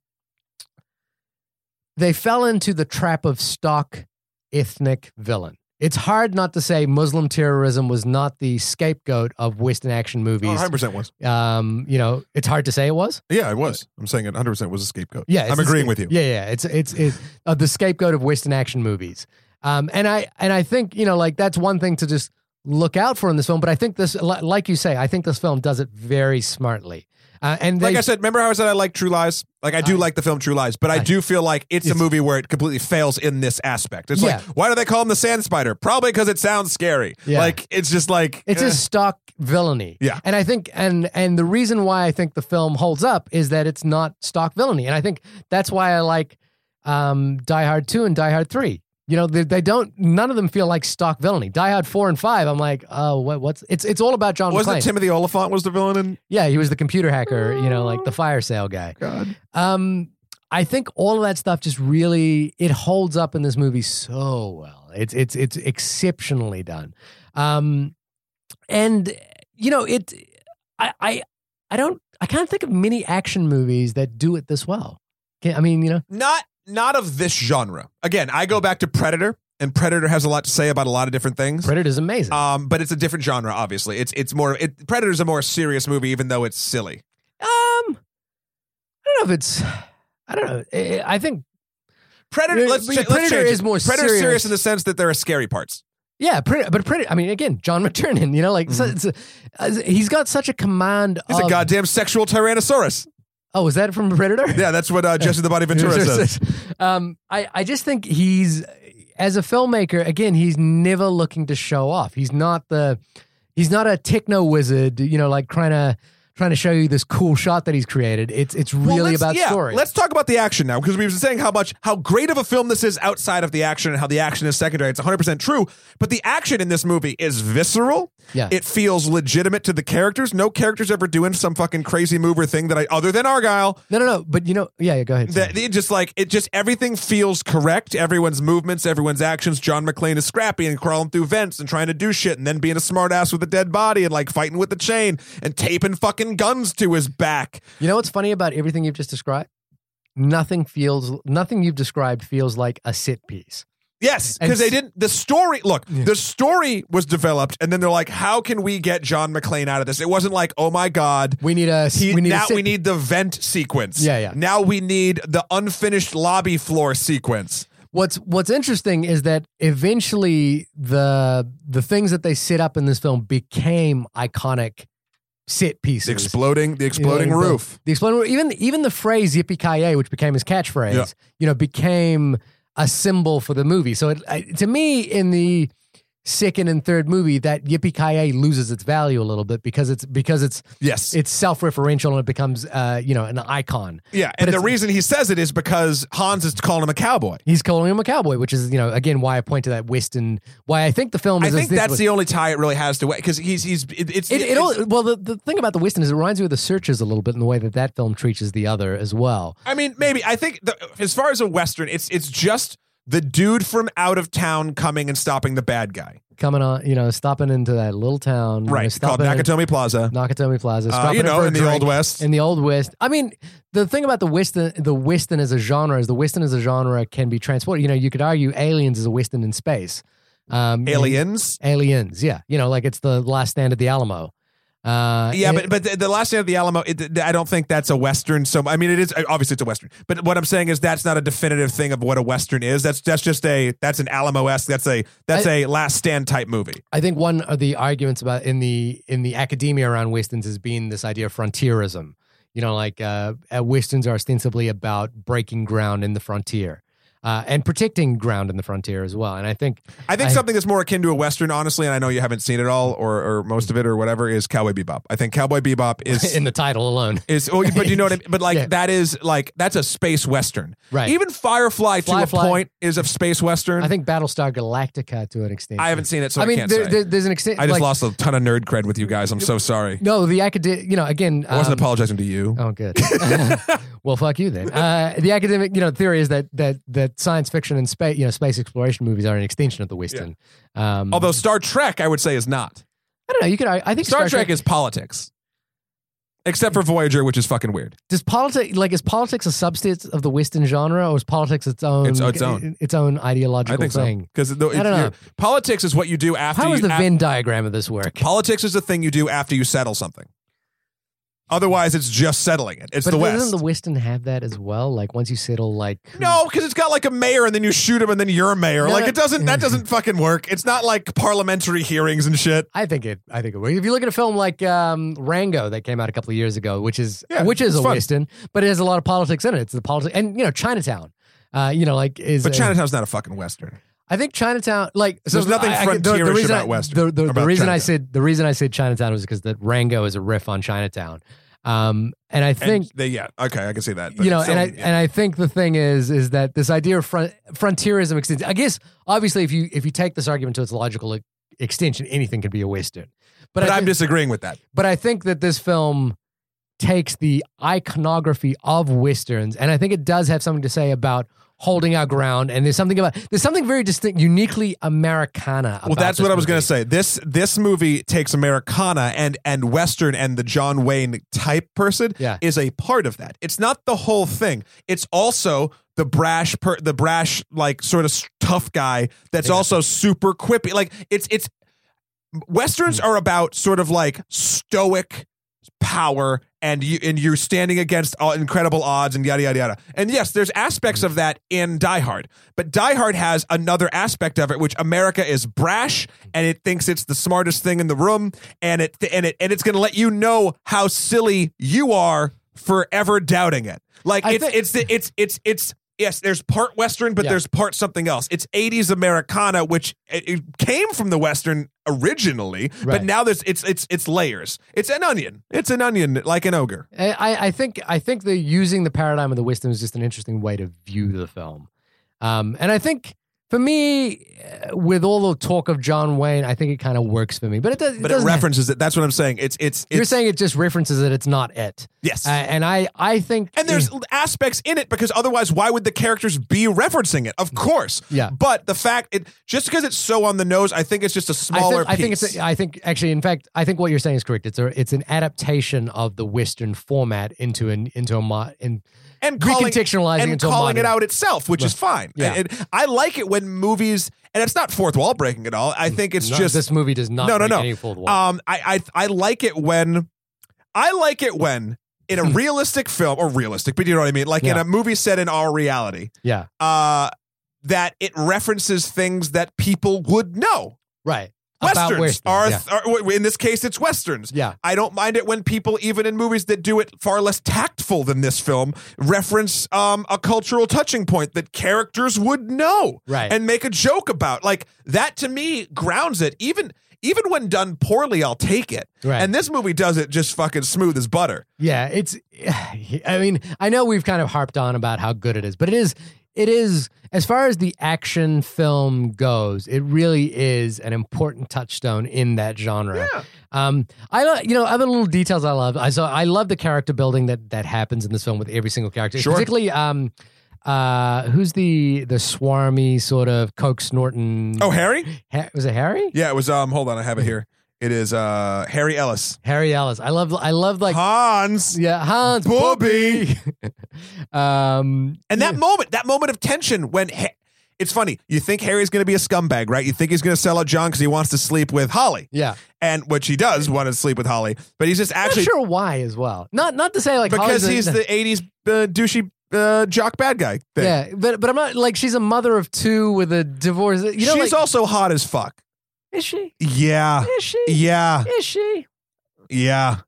they fell into the trap of stock ethnic villain. It's hard not to say Muslim terrorism was not the scapegoat of Western action movies. Oh, 100 percent was. Um, you know, it's hard to say it was. Yeah, it was. I'm saying it 100 percent was a scapegoat. Yeah, it's I'm a agreeing with scape- you. Yeah, yeah, it's it's it's uh, the scapegoat of Western action movies. Um, and I and I think you know, like that's one thing to just look out for in this film. But I think this, li- like you say, I think this film does it very smartly. Uh, and Like they, I said, remember how I said I like True Lies? Like I do like the film True Lies, but I do feel like it's, a movie where it completely fails in this aspect. It's like, Yeah. why do they call him the Sand Spider? Probably because it sounds scary. Yeah. Like it's just like It's eh. his stock villainy. Yeah. And I think and and the reason why I think the film holds up is that it's not stock villainy. And I think that's why I like um, Die Hard 2 and Die Hard 3. You know, they, they don't none of them feel like stock villainy. Die Hard 4 and 5, I'm like, "Oh, what what's it's it's all about John wasn't McClane." it Timothy Oliphant was the villain in yeah, he was the computer hacker, you know, like the fire sale guy. God. Um, I think all of that stuff just really it holds up in this movie so well. It's it's it's exceptionally done. Um, and you know it, I I I don't I can't think of many action movies that do it this well. Can, I mean, you know, not not of this genre. Again, I go back to Predator, and Predator has a lot to say about a lot of different things. Predator's amazing. Um, but it's a different genre. Obviously, it's it's more. It, Predator's a more serious movie, even though it's silly. um, I don't know if it's I don't know. I- I think Predator. Yeah, Let's, but cha- let's Predator change it. is more Predator's serious. serious. in the sense that there are scary parts. yeah, Predator, but Predator. I mean, again, John McTiernan. You know, like so- so- uh, he's got such a command. Mm-hmm. He's of- a goddamn sexual tyrannosaurus. Oh, is that from Predator? Yeah, that's what uh, Jesse the Body Ventura says. Um, I, I just think he's as a filmmaker again he's never looking to show off he's not the he's not a techno wizard you know like trying to trying to show you this cool shot that he's created it's it's Well, really let's- about yeah, story Let's talk about the action now because we've been saying how much how great of a film this is outside of the action and how the action is secondary. It's 100% true, but the action in this movie is visceral. Yeah. It feels legitimate to the characters. No characters ever doing some fucking crazy move or thing that I other than Argyle no no no but you know yeah, yeah go ahead that it just like it just everything feels correct. Everyone's movements, everyone's actions. John McClane is scrappy and crawling through vents and trying to do shit, and then being a smartass with a dead body and like fighting with the chain and taping fucking guns to his back. you know what's funny about everything you've just described nothing feels nothing you've described feels like a sit piece Yes, And because they s- didn't. The story, look, the story was developed, and then they're like, "How can we get John McClane out of this?" It wasn't like, "Oh my god, we need a he, we need a now sit we need the vent sequence." Yeah, yeah. Now we need the unfinished lobby floor sequence. What's what's interesting is that eventually the the things that they set up in this film became iconic set pieces. The exploding, the You know, exploding the- roof. The exploding roof. Even even the phrase "Yippee ki yay," which became his catchphrase, Yeah. you know, became a symbol for the movie. So it, I, to me, in the second and third movie, that "Yippee ki yay" loses its value a little bit because it's because it's Yes, it's self referential and it becomes uh, you know an icon. yeah. but And the it's- reason he says it is because Hans is calling him a cowboy. He's calling him a cowboy, which is you know again why I point to that Western. Why I think the film I is think is- that's the only tie it really has to way because he's he's it, it's It, it it's- all, well, the, the thing about the Western is it reminds me of the Searchers a little bit in the way that that film treats the other as well. I mean, maybe I think the, as far as a western, it's it's just the dude from out of town coming and stopping the bad guy. Coming on, you know, stopping into that little town, you know, Right. Called stopping at Nakatomi Plaza. Nakatomi Plaza, Uh, stopping you in know, for a in the drink. Old West. In the old West, I mean, the thing about the Western, the Western as a genre is the Western as a genre can be transported. You know, you could argue Aliens is a Western in space. Um, and- Aliens. aliens, yeah, you know, like it's the Last Stand at the Alamo. Uh, Yeah, but and- but the, the last day of the Alamo, it, I don't think that's a western. So I mean, it is obviously it's a western, but what I'm saying is that's not a definitive thing of what a western is. That's that's just a that's an Alamo esque. That's a that's a last stand type movie. I think one of the arguments about in the in the academia around westerns has been this idea of frontierism. You know, like uh, uh, westerns are ostensibly about breaking ground in the frontier uh, and protecting ground in the frontier as well. And I think I think I- something that's more akin to a western, honestly, and I know you haven't seen it all or or most of it or whatever, is Cowboy Bebop. I think Cowboy Bebop is in the title alone, Is oh, but you know what I mean? But like Yeah. that is like that's a space western. Right. Even Firefly Fly, to fly. a point is a space western. I think Battlestar Galactica to an extent. I haven't seen it, so I, I mean, can't there, say. there- there's an extent. I just like- lost a ton of nerd cred with you guys. I'm so sorry. No, the academic. You know, again, I wasn't um, apologizing to you. Oh, good. well, fuck you then. Uh, the academic, you know, theory is that that that science fiction and space, you know, space exploration movies are an extension of the Western. Um, Although Star Trek, I would say, is not. I don't know, you could. I, I think Star, Trek, is politics, except for Voyager, which is fucking weird. does politics like is politics a substance of the Western genre, or is politics its own It's- it's own. its own ideological I think so thing? because I don't know. politics is what you do after. How you, does the af- Venn diagram of this work? politics is the thing you do after you settle something. Otherwise, it's just settling it. It's But the West. doesn't the Weston have that as well? Like once you settle, like who- no, because it's got like a mayor, and then you shoot him, and then you're a mayor. No, like no. it doesn't. That doesn't fucking work. It's not like parliamentary hearings and shit. I think it. I think it. Works. If you look at a film like um, Rango that came out a couple of years ago, which is Yeah, which is it's a fun. Western, but it has a lot of politics in it. It's the politics, and you know Chinatown. Uh, you know, like is But a- Chinatown's not a fucking western. I think Chinatown, like, There's nothing the, frontierish reason about I, Western, The, the, the about reason I Chinatown. said the reason I said Chinatown was because that Rango is a riff on Chinatown, um, and I And think they, yeah, okay, I can see that. but you know, still, and I yeah. and I think the thing is is that this idea of front, frontierism extends. I guess obviously, if you if you take this argument to its logical e- extension, anything can be a Western. But, but, I I'm think, disagreeing with that. but I think that this film takes the iconography of westerns, and I think it does have something to say about holding our ground. And there's something about there's something very distinct, uniquely Americana. About Well, that's this what I was movie. going to say. This this movie takes Americana and and Western and the John Wayne type person Yeah. is a part of that. It's not the whole thing. It's also the brash per, the brash like sort of s- tough guy that's Yeah. also super quippy. Like it's it's westerns Hmm. are about sort of like stoic power and you and you're standing against all incredible odds and yada yada yada. And yes, there's aspects of that in Die Hard, but Die Hard has another aspect of it, which America is brash and it thinks it's the smartest thing in the room, and it and it and it's going to let you know how silly you are forever doubting it. Like I it's think- it's the, it's it's it's. Yes, there's part Western, but Yeah. there's part something else. It's 80s Americana, which it, it came from the Western originally, Right. but now there's it's it's it's layers. It's an onion. It's an onion like an ogre. I, I- I think I think the using the paradigm of the Western is just an interesting way to view the film, um, and I think for me, uh, with all the talk of John Wayne, I think it kind of works for me. But it does. But it, doesn't references it. That's what I'm saying. It's it's it's you're saying it just references it. It's not it, yes. uh, and I I think and there's aspects in it because otherwise why would the characters be referencing it? Mm. Of course. Yeah. But the fact it just because it's so on the nose, I think it's just a smaller I think, I piece. think it's. I think actually, in fact, I think what you're saying is correct. It's a. It's an adaptation of the Western format into an into a mo- in and calling, recontextualizing and into a calling it modern- out itself, which is fine. Yeah. And, and I like it when movies and it's not fourth wall breaking at all. I think it's Mm. No, just this movie does not No, no, break no. any fourth wall. Um, I, I I like it when I like it when in a realistic film or realistic, but you know what I mean, like in Hmm. Yeah. a movie set in our reality, yeah, uh, that it references things that people would know. right. Westerns About Western, are, yeah. are- in this case, it's westerns. yeah. I don't mind it when people, even in movies that do it far less tactful than this film, reference um, a cultural touching point that characters would know Right. and make a joke about. Like that to me grounds it. Even even when done poorly, I'll take it. Right. And this movie does it just fucking smooth as butter. Yeah, it's. I mean, I know we've kind of harped on about how good it is, but it is. It is as far as the action film goes. It really is an important touchstone in that genre. Yeah. Um, I lo- you know other little details I love. I so I love the character building that that happens in this film with every single character, Sure. particularly um, uh, who's the the swarmy sort of coke snorting. Oh, Harry? ha- was it Harry? Yeah, it was. Um, hold on, I have it here. It is uh Harry Ellis. Harry Ellis. I love. I love like. Hans Yeah, Hans Bobby. Bobby. um, And that moment, that moment of tension when Ha- it's funny, you think Harry's going to be a scumbag, right? You think he's going to sell out John because he wants to sleep with Holly, yeah, and which he does want to sleep with Holly, but he's just not actually sure why as well. Not not to say like because Holly's a- he's the '80s uh, douchey uh, jock bad guy thing. yeah, but but I'm not like she's a mother of two with a divorce. You know, she's like, also hot as fuck. is she? Yeah, Is she? yeah, Is she? yeah.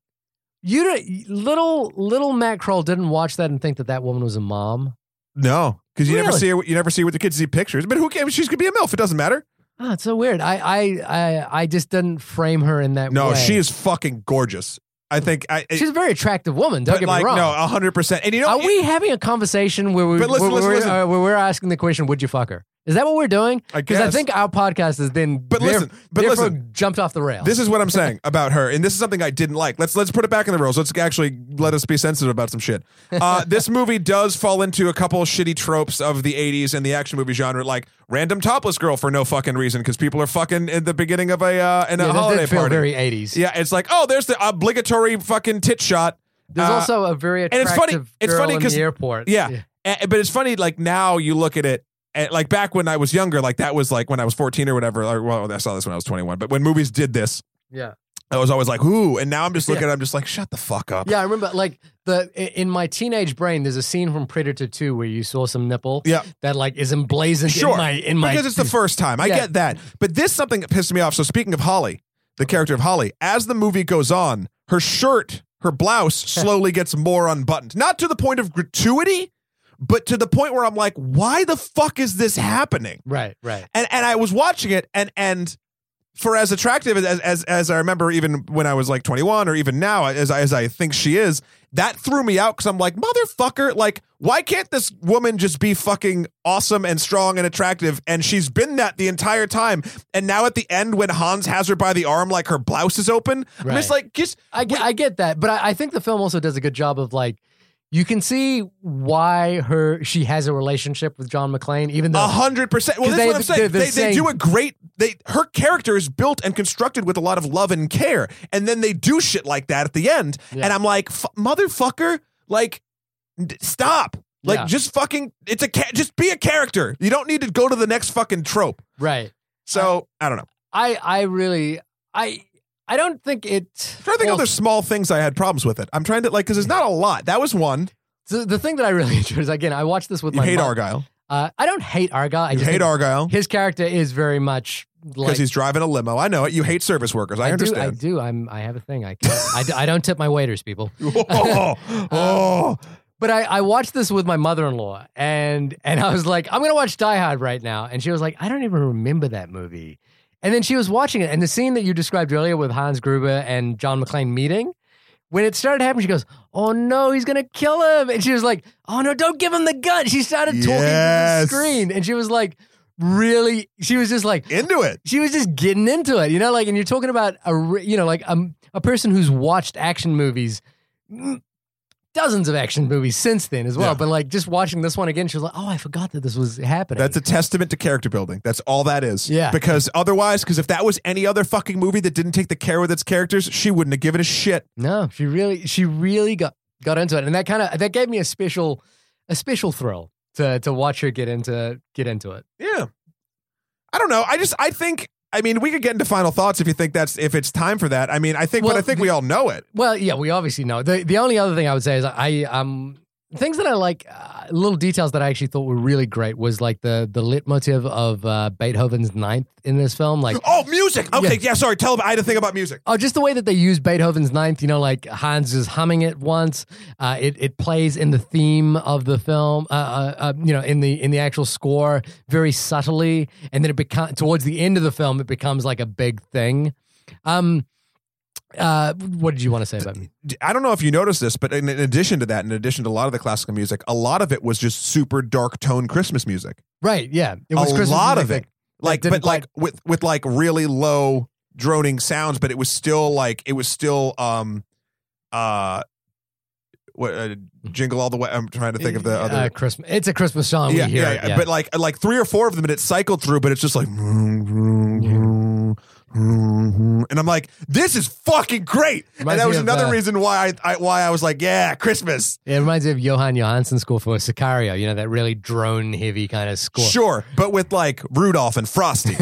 You don't, little little Matt Kroll didn't watch that and think that that woman was a mom. No, because you never Really? see her, you never see her with the kids. You See pictures, but who cares? She's going to be a milf. It doesn't matter. Oh, it's so weird. I I I, I just didn't frame her in that No, way. she is fucking gorgeous. I think I. she's a very attractive woman. Don't but get like me wrong. no, hundred percent. And you know, Are we having a conversation where we But listen, where, listen, we're, listen. uh, where we're asking the question, "Would you fuck her?" Is that what we're doing? I Because I, guess. think our podcast is then, But there- listen, but therefore listen. jumped off the rail. This is what I'm saying about her, and this is something I didn't like. Let's let's put it back in the rules. Let's actually let us be sensitive about some shit. Uh, this movie does fall into a couple shitty tropes of the '80s and the action movie genre, like random topless girl for no fucking reason because people are fucking at the beginning of a uh, in a yeah, that did holiday feel party. very eighties. yeah, it's like oh, there's the obligatory fucking tit shot. There's Uh, also a very it's funny- attractive it's girl funny in 'cause- the airport. yeah. A- eh, but it's funny like now you look at it and like back when I was younger, like that was like when I was 14 or whatever. Or, well, I saw this when I was 21. But when movies did this, yeah. I was always like, ooh. And now I'm just looking Yeah. at it, I'm just like, shut the fuck up. Yeah, I remember like the i- in my teenage brain, there's a scene from Predator 2 where you saw some nipple Yeah. that like is emblazoned Sure. in my in my because it's the first time. I Yeah. get that. But this something that pissed me off. So speaking of Holly, the character of Holly, as the movie goes on, her shirt, her blouse slowly gets more unbuttoned. Not to the point of gratuity, but to the point where I'm like, why the fuck is this happening? Right, right. And and I was watching it and and for as attractive as as as I remember even when I was like 21 or even now as I, as I think she is, that threw me out cuz I'm like motherfucker, like why can't this woman just be fucking awesome and strong and attractive and she's been that the entire time and now at the end when Hans has her by the arm like her blouse is open, I'm just like just I get, I get that, but I, I think the film also does a good job of like you can see why her she has a relationship with John McClane, even though A hundred percent. Well, 'Cause that's they- what I'm they're saying. the They, they same- do a great. They her character is built and constructed with a lot of love and care, and then they do shit like that at the end, Yeah. and I'm like, F- motherfucker, like, d- stop. Like Yeah. just fucking, it's a ca- just be a character. You don't need to go to the next fucking trope. right. So I don't know. I I really I I don't think it. I'm trying to think well, of other small things I had problems with it. I'm trying to like because there's not a lot. That was one. the, the thing that I really enjoyed is again I watched this with You my hate mom. Argyle. Uh, I don't hate Argyle. I You just hate think Argyle His character is very much because like he's driving a limo. I know it. You hate service workers. I, do. understand. I Uh, do. I'm. I have a thing. I can't, I, d- I don't tip my waiters, people. oh, oh. But I, I watched this with my mother-in-law, and and I was like, I'm gonna watch Die Hard right now, and she was like, I don't even remember that movie. And then she was watching it, and the scene that you described earlier with Hans Gruber and John McClane meeting, when it started happening, she goes, "Oh no, he's gonna kill him!" And she was like, "Oh no, don't give him the gun!" She started talking Yes. to the screen, and she was like, "Really?" She was just like, into it. she was just getting into it, you know, like, and you're talking about a, re- you know, like um, a person who's watched action movies, mm, dozens of action movies since then as well. Yeah. But like just watching this one again, she was like, oh, I forgot that this was happening. That's a testament to character building. That's all that is. Yeah. Because otherwise, because if that was any other fucking movie that didn't take the care with its characters, she wouldn't have given a shit. no, she really, she really got got into it, and that kind of that gave me a special, a special thrill to to watch her get into get into it. Yeah. I don't know. I just I think I mean we could get into final thoughts if you think that's if it's time for that. I mean I think Well, but I think we all know it. Well, yeah, we obviously know. The the only other thing I would say is I um things that I like uh, little details that I actually thought were really great was like the the leitmotif of uh, Beethoven's ninth in this film like Oh, music. Okay, Yeah. yeah. Sorry. Tell them I had to think about music. Oh, just the way that they use Beethoven's Ninth. You know, like Hans is humming it once. Uh, it it plays in the theme of the film. Uh, uh, uh, you know, in the in the actual score, very subtly, and then it becomes towards the end of the film, it becomes like a big thing. Um, uh, what did you want to say about me? D- I don't know if you noticed this, but in, in addition to that, in addition to a lot of the classical music, a lot of it was just super dark tone Christmas music. Right? Yeah, it was a Christmas lot music of that- it. Like, didn't but like with with like really low droning sounds, but it was still like it was still um uh what uh, jingle all the way. I'm trying to think of the other. uh, Christmas. It's a Christmas song. we hear it, yeah. But like like three or four of them, and it cycled through. But it's just like, and I'm like, this is fucking great. Reminds and that was me of, another uh, reason why I, I why I was like, yeah, Christmas, it reminds me of Johann Johansson's score for Sicario. You know, that really drone heavy kind of score. sure, but with like Rudolph and Frosty.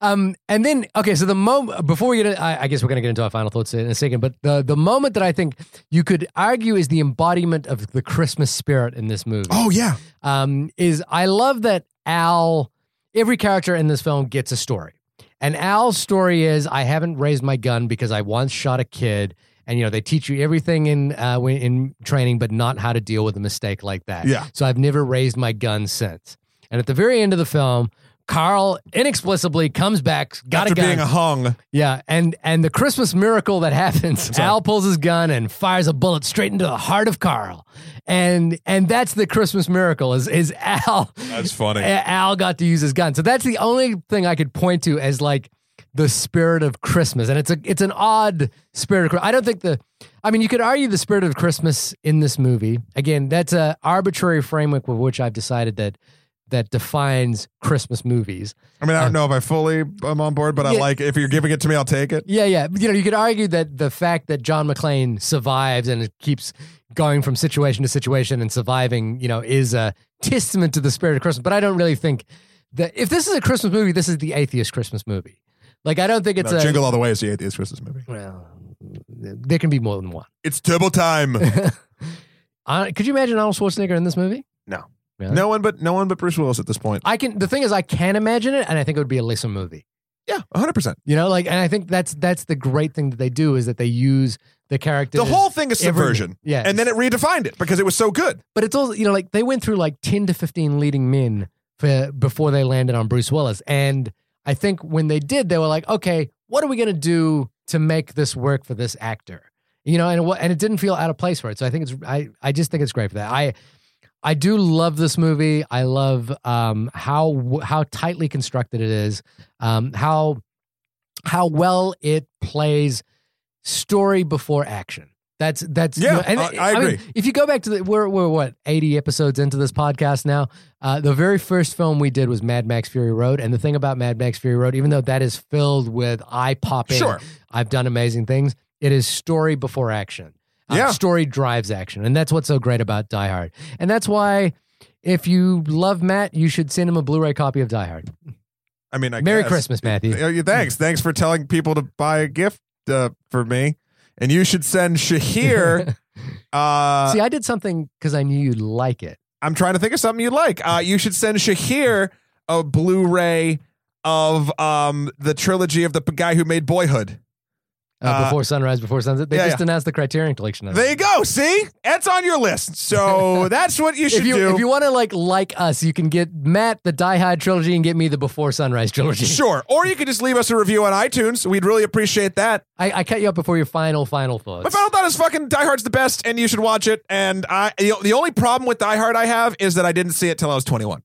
um, and then okay, so the moment before we get, in, I, I guess we're gonna get into our final thoughts in a second. But the the moment that I think you could argue is the embodiment of the Christmas spirit in this movie oh yeah, um, is I love that Al, every character in this film gets a story. And Al's story is I haven't raised my gun because I once shot a kid. And you know they teach you everything in uh, when- in training, but not how to deal with a mistake like that. Yeah. So I've never raised my gun since. And at the very end of the film, Carl inexplicably comes back, got after a gun. being hung. Yeah, and and the Christmas miracle that happens, Al pulls his gun and fires a bullet straight into the heart of Carl, and and that's the Christmas miracle is is Al. That's funny. Al got to use his gun, so that's the only thing I could point to as like the spirit of Christmas, and it's a it's an odd spirit. Of, Chri- I don't think the, I mean, you could argue the spirit of Christmas in this movie. Again, that's a arbitrary framework with which I've decided that that defines Christmas movies. I mean, I don't know if I fully am on board, but I Uh, Yeah. like if you're giving it to me, I'll take it. Yeah, yeah. You know, you could argue that the fact that John McClane survives and keeps going from situation to situation and surviving, you know, is a testament to the spirit of Christmas. But I don't really think that if this is a Christmas movie, this is the atheist Christmas movie. Like I don't think it's No, a Jingle All the Way is the atheist Christmas movie. Well, there can be more than one. It's turbo time. Uh, could you imagine Arnold Schwarzenegger in this movie? no one but no one but Bruce Willis at this point. I can. The thing is, I can imagine it, and I think it would be a lesser movie. Yeah, 100. percent You know, like, and I think that's that's the great thing that they do is that they use the characters. The whole thing is every- subversion, yeah, and then it redefined it because it was so good. but it's also you know like they went through like ten to fifteen leading men for before they landed on Bruce Willis, and I think when they did, they were like, okay, what are we gonna do to make this work for this actor? You know, and it, wa- and it didn't feel out of place for it. So I think it's I I just think it's great for that. I I do love this movie. I love um, how w- how tightly constructed it is, um, how how well it plays story before action. That's that's Yeah, and I- I mean, agree. if you go back to the we're we're what eighty episodes into this podcast now. Uh, the very first film we did was Mad Max Fury Road, and the thing about Mad Max Fury Road, even though that is filled with eye popping, Sure. I've done amazing things. It is story before action. Uh, Yeah. Story drives action. And that's what's so great about Die Hard. And that's why if you love Matt, you should send him a Blu ray copy of Die Hard. I mean, I Merry guess. Christmas, Mm. Matthew. Oh, yeah, Thanks, thanks for telling people to buy a gift uh, for me, and you should send Shahir. uh, See, I did something because I knew you'd like it. I'm trying to think of something you like. Uh, you should send Shahir a Blu-ray of um, the trilogy of the p- guy who made Boyhood. Uh, Uh, before sunrise, before sunset. They yeah, just announced the Criterion Collection. There you go. See, that's on your list. So that's what you should If you do. if you want to like like us, you can get Matt the Die Hard trilogy and get me the Before Sunrise trilogy. sure, or you could just leave us a review on iTunes. We'd really appreciate that. I, I cut you up before your final final thoughts. My final thought is fucking Die Hard's the best, and you should watch it. And I, the, the only problem with Die Hard I have is that I didn't see it till I was 21.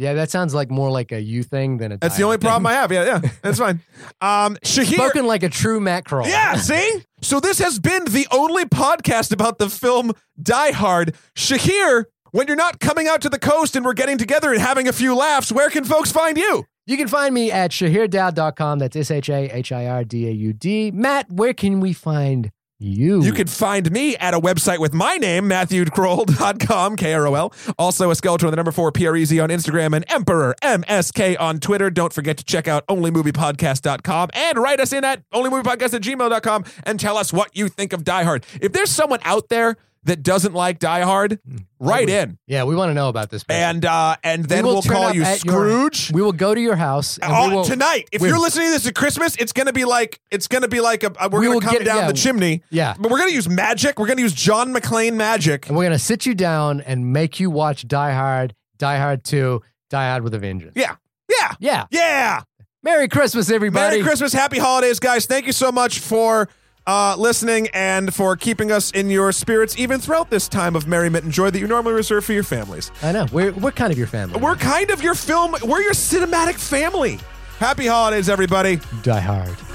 yeah, that sounds like more like a you thing than a. That's Die the only Hard thing. problem I have. Yeah, yeah, that's fine. Um, Shahir, Spoken like a true Matt Kroll. yeah, see. So this has been the only podcast about the film Die Hard. Shahir, when you're not coming out to the coast and we're getting together and having a few laughs, where can folks find you? You can find me at shahirdaud.com. That's S H A H I R D A U D. Matt, where can we find you? You can find me at a website with my name, MatthewCroll.com, K R O L. Also, a skeleton with the number four, P R E Z on Instagram, and Emperor MSK on Twitter. Don't forget to check out OnlyMoviePodcast.com and write us in at OnlyMoviePodcast at gmail.com and tell us what you think of Die Hard. If there's someone out there that doesn't like Die Hard, Hmm. write in. Yeah, we want to know about this. person. And uh, and then will we'll turn call up you at your- Scrooge. we will go to your house and Oh, we will, tonight, if we- you're listening to this at Christmas, it's gonna be like it's gonna be like a, we're We gonna will come get- down yeah. the chimney. Yeah. But we're gonna use magic. We're gonna use John McClane magic. And we're going to sit you down and make you watch Die Hard, Die Hard 2, Die Hard with a Vengeance. Yeah. Yeah. Yeah. Yeah. Merry Christmas, everybody. Merry Christmas. Happy holidays, guys. Thank you so much for uh, listening and for keeping us in your spirits even throughout this time of merriment and joy that you normally reserve for your families. I know. We're, we're kind of your family. We're kind of your film, we're your cinematic family. Happy holidays, everybody. Die Hard.